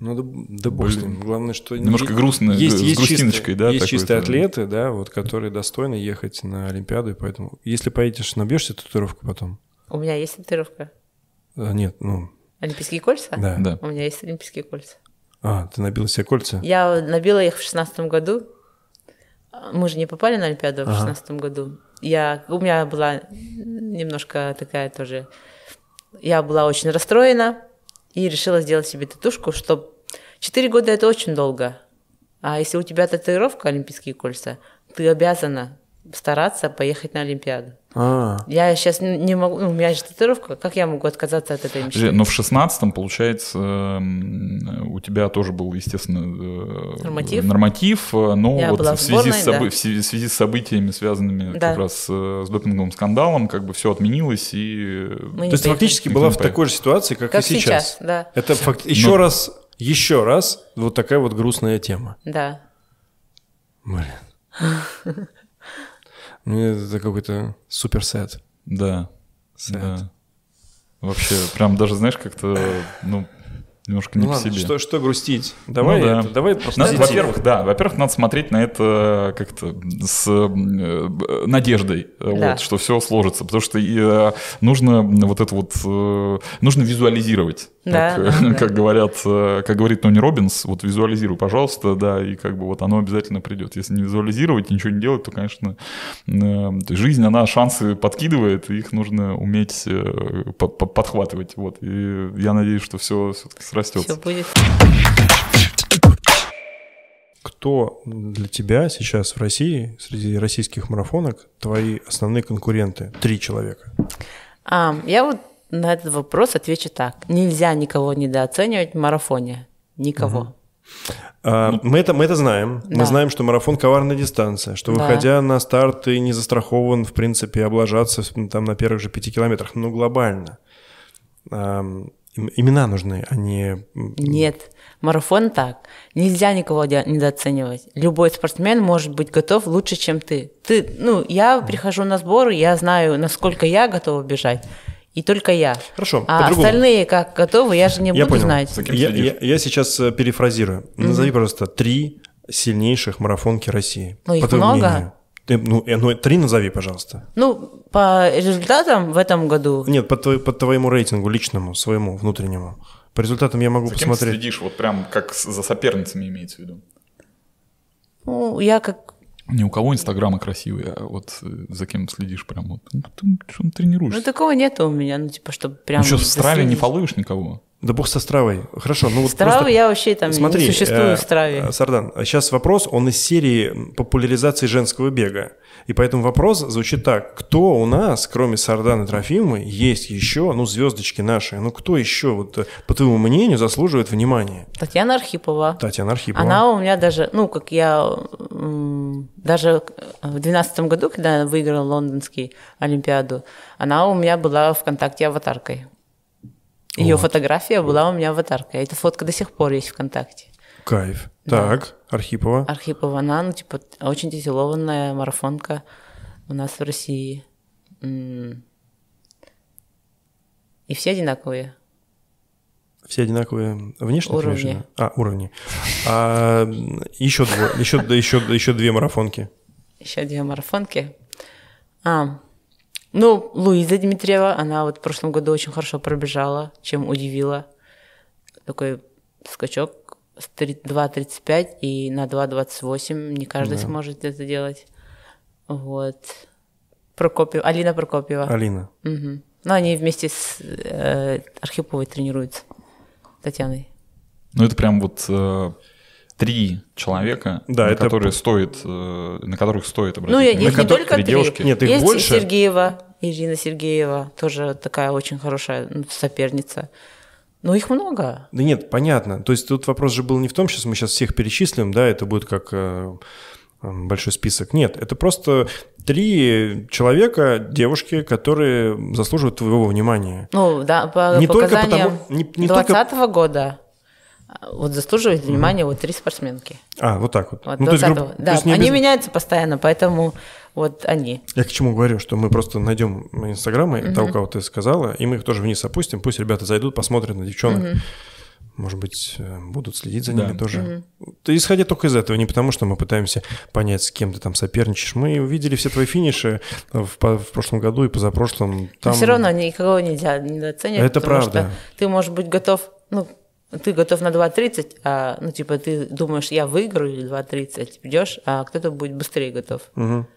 Ну, да, да бог с ним. Главное, что... Немножко е- грустно, есть, э, с есть грустиночкой, чистые, да, Есть такой, чистые да. атлеты, да, вот, которые достойны ехать на Олимпиаду, и поэтому... Если поедешь, набьешься татуировку потом? У меня есть татуировка. А, нет, ну, Олимпийские кольца? да. Да. У меня есть олимпийские кольца. А, ты набила себе кольца? Я набила их в шестнадцатом году. Мы же не попали на Олимпиаду в Ага. шестнадцатом году. Я, у меня была немножко такая тоже... Я была очень расстроена и решила сделать себе татушку, что четыре года – это очень долго. А если у тебя татуировка «Олимпийские кольца», ты обязана стараться поехать на Олимпиаду. А, Я сейчас не могу... ну, у меня же татуировка. Как я могу отказаться от этой мечты? Подожди, Но в шестнадцатом, получается, эм, у тебя тоже был, естественно, э, Норматив. норматив, э, но Я вот была в связи, с сборной, собы- да. в связи- в связи с событиями, связанными Да. как раз э, с допинговым скандалом, как бы все отменилось и... то Мы не есть ты поехали. фактически Никто была не в такой же ситуации, как, Как и сейчас. сейчас, да. Это факт... еще Ну- раз, еще раз вот такая вот грустная тема. Да. Блин. Мне это какой-то супер сет. Да. Сет. Да. Вообще, прям даже, знаешь, как-то, ну, немножко не Ну по ладно, себе. что, что грустить? Давай, Ну да. это- давай про Надо, позитив. во-первых, да, во-первых, надо смотреть на это как-то с э, э, надеждой, э, Да. вот, что все сложится, потому что э, нужно вот это вот, э, нужно визуализировать, Да, как, да, э, да. как говорят, э, как говорит Тони Робинс, вот визуализируй, пожалуйста, да, и как бы вот оно обязательно придет. Если не визуализировать, ничего не делать, то, конечно, э, то есть жизнь, она шансы подкидывает, и их нужно уметь э, по- по- подхватывать, вот, и я надеюсь, что все все-таки срастется. Все будет. Кто для тебя сейчас в России, среди российских марафонок, твои основные конкуренты? Три человека. А, я вот на этот вопрос отвечу так. Нельзя никого недооценивать в марафоне. Никого. А, мы, это, мы это знаем. Мы Да. знаем, что марафон коварная дистанция, что Да. выходя на старт, ты не застрахован, в принципе, облажаться м, там на первых же пяти километрах. Но глобально. ам, им- имена нужны, а не... м, Нет. Марафон так. Нельзя никого де- недооценивать. Любой спортсмен может быть готов лучше, чем ты. Ты, ну, я прихожу на сборы, я знаю, насколько я готова бежать. И только я. Хорошо, А по-другому. остальные как готовы, я же не Я буду понял. знать. За кем Я, следишь? я- я сейчас э, перефразирую. Назови, пожалуйста, три сильнейших марафонки России. Ну, их по твоему много. мнению. Ты, ну, э, ну, три назови, пожалуйста. Ну, по результатам в этом году Нет, по, твои- по твоему рейтингу личному, своему, внутреннему. По результатам я могу За кем ты посмотреть. следишь, вот прям как с- за соперницами имеется в виду? Ну, я как Ни у кого инстаграмы красивые, а вот э, за кем следишь прям вот. Ну, ты чем тренируешься? Ну, такого нету у меня, ну, типа, чтобы прям... Ну что, в Страве не выследить. фолловишь никого? Да бог со стравой. Хорошо, ну вот Стравы просто... я вообще там Смотри, не существую э, в Страве. э, Сардан, сейчас вопрос, он из серии популяризации женского бега. И поэтому вопрос звучит так. Кто у нас, кроме Сардана и Трофимы, есть еще, ну, звездочки наши, ну, кто еще, вот, э, по твоему мнению, заслуживает внимания? Татьяна Архипова. Татьяна Архипова. Она у меня даже, ну, как я м, даже в двенадцатом году, когда я выиграла лондонский Олимпиаду, она у меня была ВКонтакте аватаркой. Ее Вот. фотография была у меня аватаркой. Эта фотка до сих пор есть ВКонтакте. Кайф. Да. Так, Архипова. Архипова, она, ну, типа, очень титулованная марафонка у нас в России. М. И все одинаковые. Все одинаковые внешне, Уровни. конечно. А, уровни. А, м, еще, двое, еще, да, еще, еще две марафонки. Еще две марафонки. А, ну, Луиза Дмитриева, она вот в прошлом году очень хорошо пробежала, чем удивила. Такой скачок с три- 2.35 и на 2.28. Не каждый Да. сможет это делать. Вот. Прокопьева, Алина Прокопьева. Алина. Мгм. Ну, они вместе с э, Архиповой тренируются, Татьяной. Ну это прям вот э, три человека, Да, на это которые стоит, э, на которых стоит обратить ну, я- внимание. их На не кото- только три. девушки. Нет, их Есть больше. Сергеева, Ирина Сергеева, тоже такая очень хорошая ну, соперница. Но их много. Да нет, понятно. То есть тут вопрос же был не в том, сейчас мы сейчас всех перечислим, да, это будет как э, м, большой список. Нет, это просто три человека, девушки, которые заслуживают твоего внимания. Ну, да, по Не только показаниям потому- не- не только- 20 года а, вот заслуживают внимания вот три спортсменки. А, вот так вот. Вот Ну, то есть, 20-го. грубо- то да, есть не они обяз- меняются постоянно, поэтому вот они. Я к чему говорю, что мы просто найдем инстаграмы того, кого ты сказала, и мы их тоже вниз опустим. Пусть ребята зайдут, посмотрят на девчонок. Может быть, э, будут следить за Да. ними тоже. Ты Исходя только из этого, не потому что мы пытаемся понять, с кем ты там соперничаешь. Мы увидели все твои финиши э, в, по- в прошлом году и позапрошлом. Но Там... все равно никого нельзя недооценивать. Это потому что правда. ты, может быть, готов, ну, ты готов на 2.30, а, ну, типа, ты думаешь, я выиграю или 2.30, идешь, а кто-то будет быстрее готов. Мгм.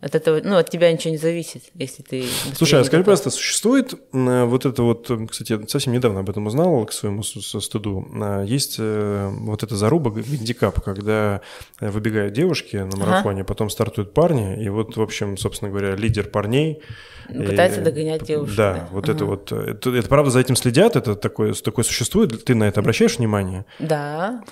От этого, ну, от тебя ничего не зависит, если ты... быстрее Слушай, а не скажи, готов. пожалуйста, существует э, вот это вот, э, кстати, я совсем недавно об этом узнал, к своему с- с- стыду, Э, есть э, вот эта заруба г- гандикап, когда э, выбегают девушки на марафоне, потом стартуют парни, и вот, в общем, собственно говоря, лидер парней... Ну, пытается э, догонять девушек, Да, да. вот это вот, э, это, это правда за этим следят, это такое, такое существует, ты на это обращаешь внимание? Да.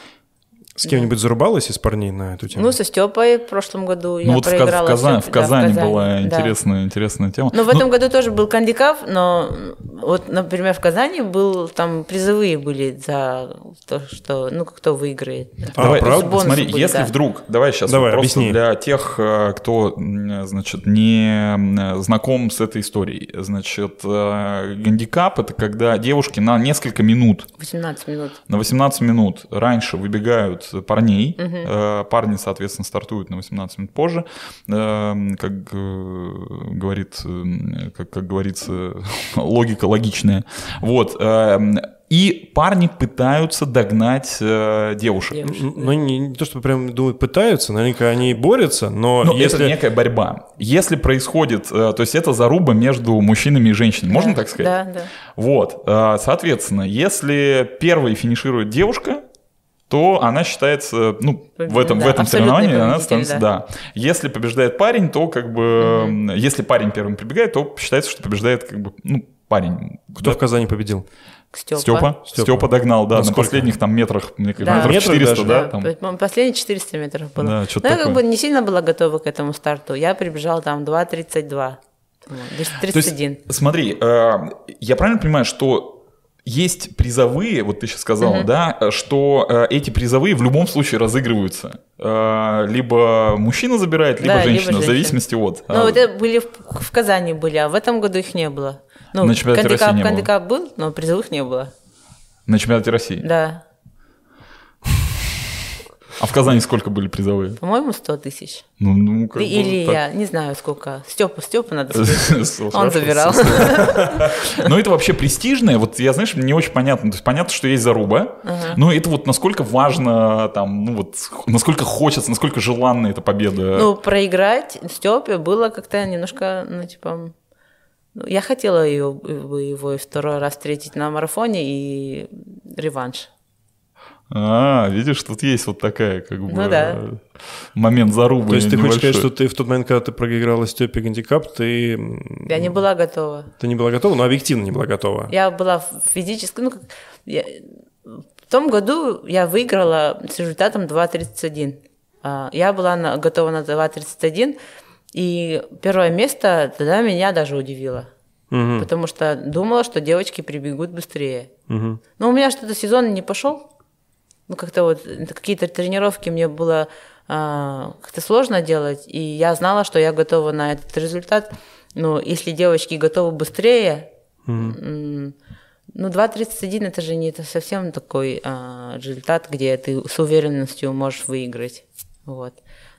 С кем-нибудь зарубалась из парней на эту тему? Ну, со Степой в прошлом году Ну я вот в, Каз- в проиграла. Казани, Стёпе, в да, Казани была да. интересная, Ну. интересная тема. Но в этом году тоже был кандикав, но м, вот, например, в Казани был, там призовые были за то, что, ну, кто выиграет. А, Давай, правда? Бонусы Смотри, были, если да. вдруг, давай сейчас Давай, просто объясни. для тех, э, кто, м, значит, не м, э, знаком с этой историей, значит, э, гандикап это когда девушки на несколько минут 18 минут. на 18 минут раньше выбегают парней, э, парни, соответственно, стартуют на 18 минут позже, Эм, как э, говорит, э, как, как говорится, логика логичная, вот. эм, И парни пытаются догнать э, девушек. Девушек. Н- Ну, не, не то, что прям думают, пытаются, наверняка они и борются, но, Но Типа, если... Ну, это некая борьба. Если происходит, э, то есть это заруба между мужчинами и женщинами, можно Да, так сказать? Да, да. Вот, э, соответственно, если первой финиширует девушка, то она считается, ну, в этом, в Да, этом абсолютный соревновании она победитель, становится, да. да. Если побеждает парень, то как бы, м, если парень первым прибегает, то считается, что побеждает как бы, ну, парень. Кто в Казани победил? Степа. Степа? Стёпа. Степа догнал, да, На на, сколько? последних там метрах, мне кажется, Да. метров Метров 400, даже? да? Да, там. поэтому Последние 400 метров было. Да, что-то Но я как такое. бы не сильно была готова к этому старту. Я прибежала там 2.32. по-моему, или То есть, 31. смотри, э, я правильно понимаю, что есть призовые, вот ты сейчас сказала, да, э, что э, эти призовые в любом случае разыгрываются. Э, Либо мужчина забирает, либо Да, либо женщина, в женщина. зависимости от. Ну, А, вот это были в, в Казани были, а в этом году их не было. Ну, На чемпионате кандикап, России не было. кандикап был, но призовых не было. На чемпионате России. Да. А в Казани сколько были призовые? По-моему, 100 тысяч. Ну, ну как бы Или так. я, не знаю сколько. Степа, Степа надо спросить. Он Он забирал. Но это вообще престижное. Вот я, знаешь, мне очень понятно. То есть понятно, что есть заруба, но это вот насколько важно, там, ну вот, насколько хочется, насколько желанна эта победа. Ну, проиграть Степе было как-то немножко, ну, типа... ну, я хотела ее, его и второй раз встретить на марафоне и реванш. А, видишь, тут есть вот такая, как бы, Ну да. э, момент зарубы То есть ты хочешь сказать, небольшой. что ты в тот момент, когда ты проиграла Степе гандикап, ты... м, Я не была готова. Ты не была готова, но объективно не была готова. Я была в физическом... Ну, как, я- в том году я выиграла с результатом 2.31. А, Я была на- готова на 2.31, и первое место тогда меня даже удивило. Мгм, Потому что думала, что девочки прибегут быстрее. мгм. Но у меня что-то сезон не пошел. Ну, как-то вот это какие-то тренировки мне было а, как-то сложно делать. И я знала, что я готова на этот результат. Но если девочки готовы быстрее, м, ну, 2.31 это же не это совсем такой а, результат, где ты с уверенностью можешь выиграть. Вот.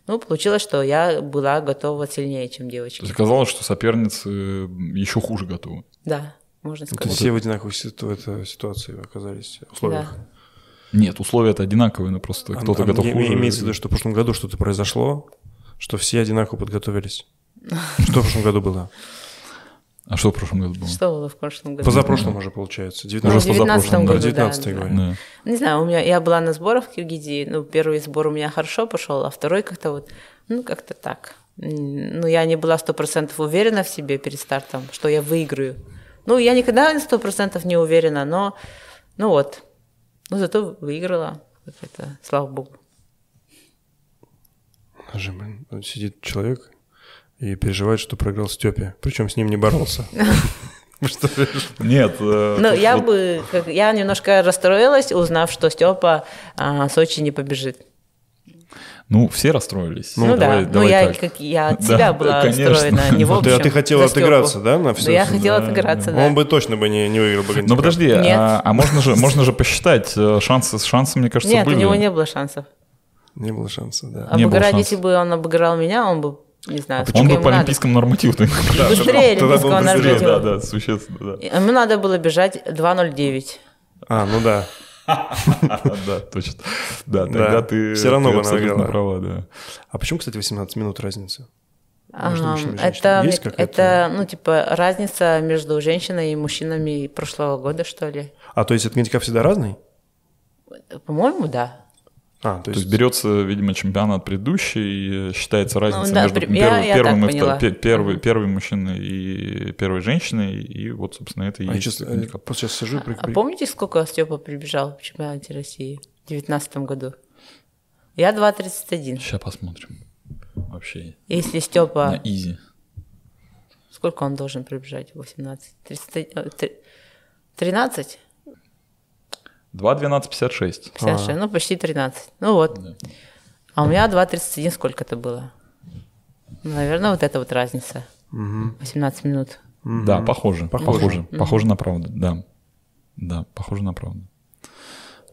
Ну, получилось, что я была готова сильнее, чем То есть девочки. Оказалось, что соперницы еще хуже готовы. Да, можно То есть сказать. все в одинаковой ситу- это ситуации оказались, условиях. Да. Нет, условия-то одинаковые, но просто А, кто-то а готов мне- хуже. Имеется в виду, что в прошлом году что-то произошло, что все одинаково подготовились. Что в прошлом году было? А что в прошлом году было? Что было в прошлом году? Позапрошлом уже получается. Уже Ну, в в позапрошлом, 19 да. году, Про да, 19 да. говорю. Да. Не знаю, у меня я была на сборах в Киргизии, ну, первый сбор у меня хорошо пошел, а второй как-то вот, ну, как-то так. М, Ну, я не была сто процентов уверена в себе перед стартом, что я выиграю. Ну, я никогда сто процентов не уверена, но, ну вот, ну, зато выиграла, Вот это, слава богу. Даже, блин, вот сидит человек и переживает, что проиграл Степе. Причем с ним не боролся. Нет. э, Ну, тут я вот- бы, как- я немножко расстроилась, узнав, что Степа а, Сочи не побежит. Ну, все расстроились. Ну, да, давай- ну, давай я, так. как, я от Да, себя была конечно. расстроена, не в Ну, ты- общем. а ты хотела за Стёпу. отыграться, да, на все? Да, я хотела отыграться, да. Он бы точно бы не, не выиграл бы Ну, гандикап. подожди, Нет. а, а можно же можно же посчитать э, шансы, шансы, мне кажется, Нет, были. у него не было шансов. Не было шанса, да. А Не было Обыграть, шансов. А если бы он обыграл меня, он бы, не знаю, Он сколько бы ему по надо. олимпийскому нормативу. Быстрее Тогда олимпийского бы он быстрее, Быстрее, норматива. да, да, существенно, да. Ему надо было бежать 2.09. А, ну да. Да, точно. Да. Да, тогда ты Всё равно ты бы она абсолютно выиграла. права, да. А почему, кстати, 18 минут разница? Между Ага, мужчинами и Это, женщинами есть мне- какая-то? это, ну, типа, разница между женщиной и мужчинами прошлого года, что ли? А, то есть этот гандикап всегда разный? По-моему, да. А, то То есть есть... берется, видимо, чемпионат предыдущий, и считается разница Ну да, между при- первым- я- я первым так и втор- поняла. пе- первый- первый мужчиной и первой женщиной, и вот, собственно, это и А я есть. сейчас, э, гандикап. просто сейчас сижу и... при- А при- помните, сколько Степа прибежал в чемпионате России в 19 году? Я 2.31. Сейчас посмотрим. Вообще Если на Степа... изи. Сколько он должен прибежать? 18? 30, э, три- 13? 2.12.56. 56, А. ну почти 13. Ну вот. А у меня 2.31 сколько-то было? Ну, наверное, вот это вот разница. 18 минут. Да, похоже. Похоже. Похоже. Похоже на правду, да. Да, похоже на правду.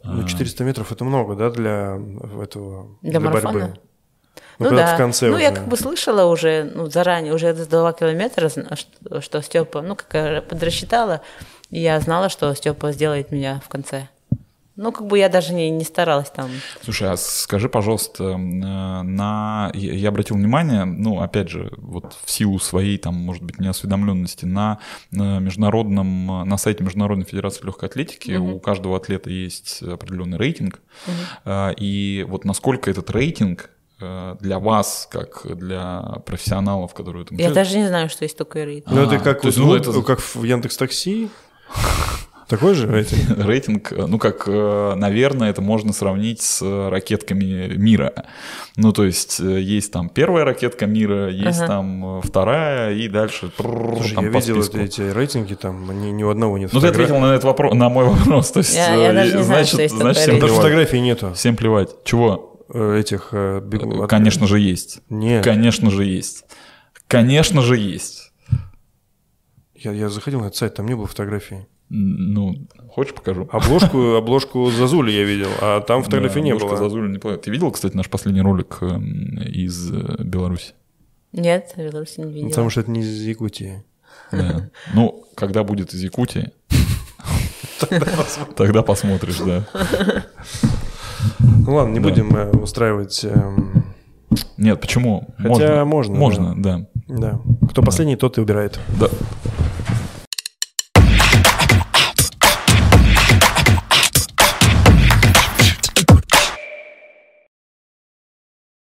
Ну, 400 метров это много, да, для этого... Для марафона? борьбы? Ну, Ну, когда да. в конце ну, я уже. как бы слышала уже, ну, заранее, уже за 2 километра, зн- а что, что Степа, ну, как я подрасчитала, и я знала, что Степа сделает меня в конце. Ну, как бы я даже не, не старалась там. Слушай, а скажи, пожалуйста, м, э, на я я обратил внимание, ну, опять же, вот в силу своей, там, может быть, неосведомленности, на э, международном, э, на сайте Международной Федерации Легкой Атлетики у каждого атлета есть определенный рейтинг, Э, и вот насколько этот рейтинг э, для вас, как для профессионалов, которые в этом Я участвуют, даже не знаю, что есть такой рейтинг. Ну, А, это как, то есть, в- ну, это- как в Яндекс Такси. Такой же рейтинг? рейтинг, э, ну как, э, наверное, это можно сравнить с э, ракетками мира. Ну то есть э, есть там первая ракетка мира, есть Ага. там э, вторая и дальше. пррррр, Слушай, там я по видел списку. эти, эти рейтинги, там ни, ни у одного нет Ну ты фотографий. ответил на этот вопрос, на мой вопрос. То есть, Я- э, я даже не знаю, значит, что есть значит такой всем Даже плевать. фотографий нету Всем плевать. Чего? э, этих э, бегу- Э, Конечно же есть. Нет, Конечно же есть. Конечно же есть. я, я заходил на этот сайт, там не было фотографий. Ну, хочешь, покажу? Обложку, обложку Зазули я видел, а там фотографии Да, не Лёшка было. Зазуля неплохая. Ты видел, кстати, наш последний ролик эм, из э, Беларуси? Нет, Беларусь не Ну, видела. Потому что это не из Якутии. Да. Ну, когда будет из Якутии, тогда посмотришь, да. Ну ладно, не Да. будем э, устраивать... эм, Нет, почему? Хотя можно, Можно, да. да. Кто последний, тот и убирает. Да.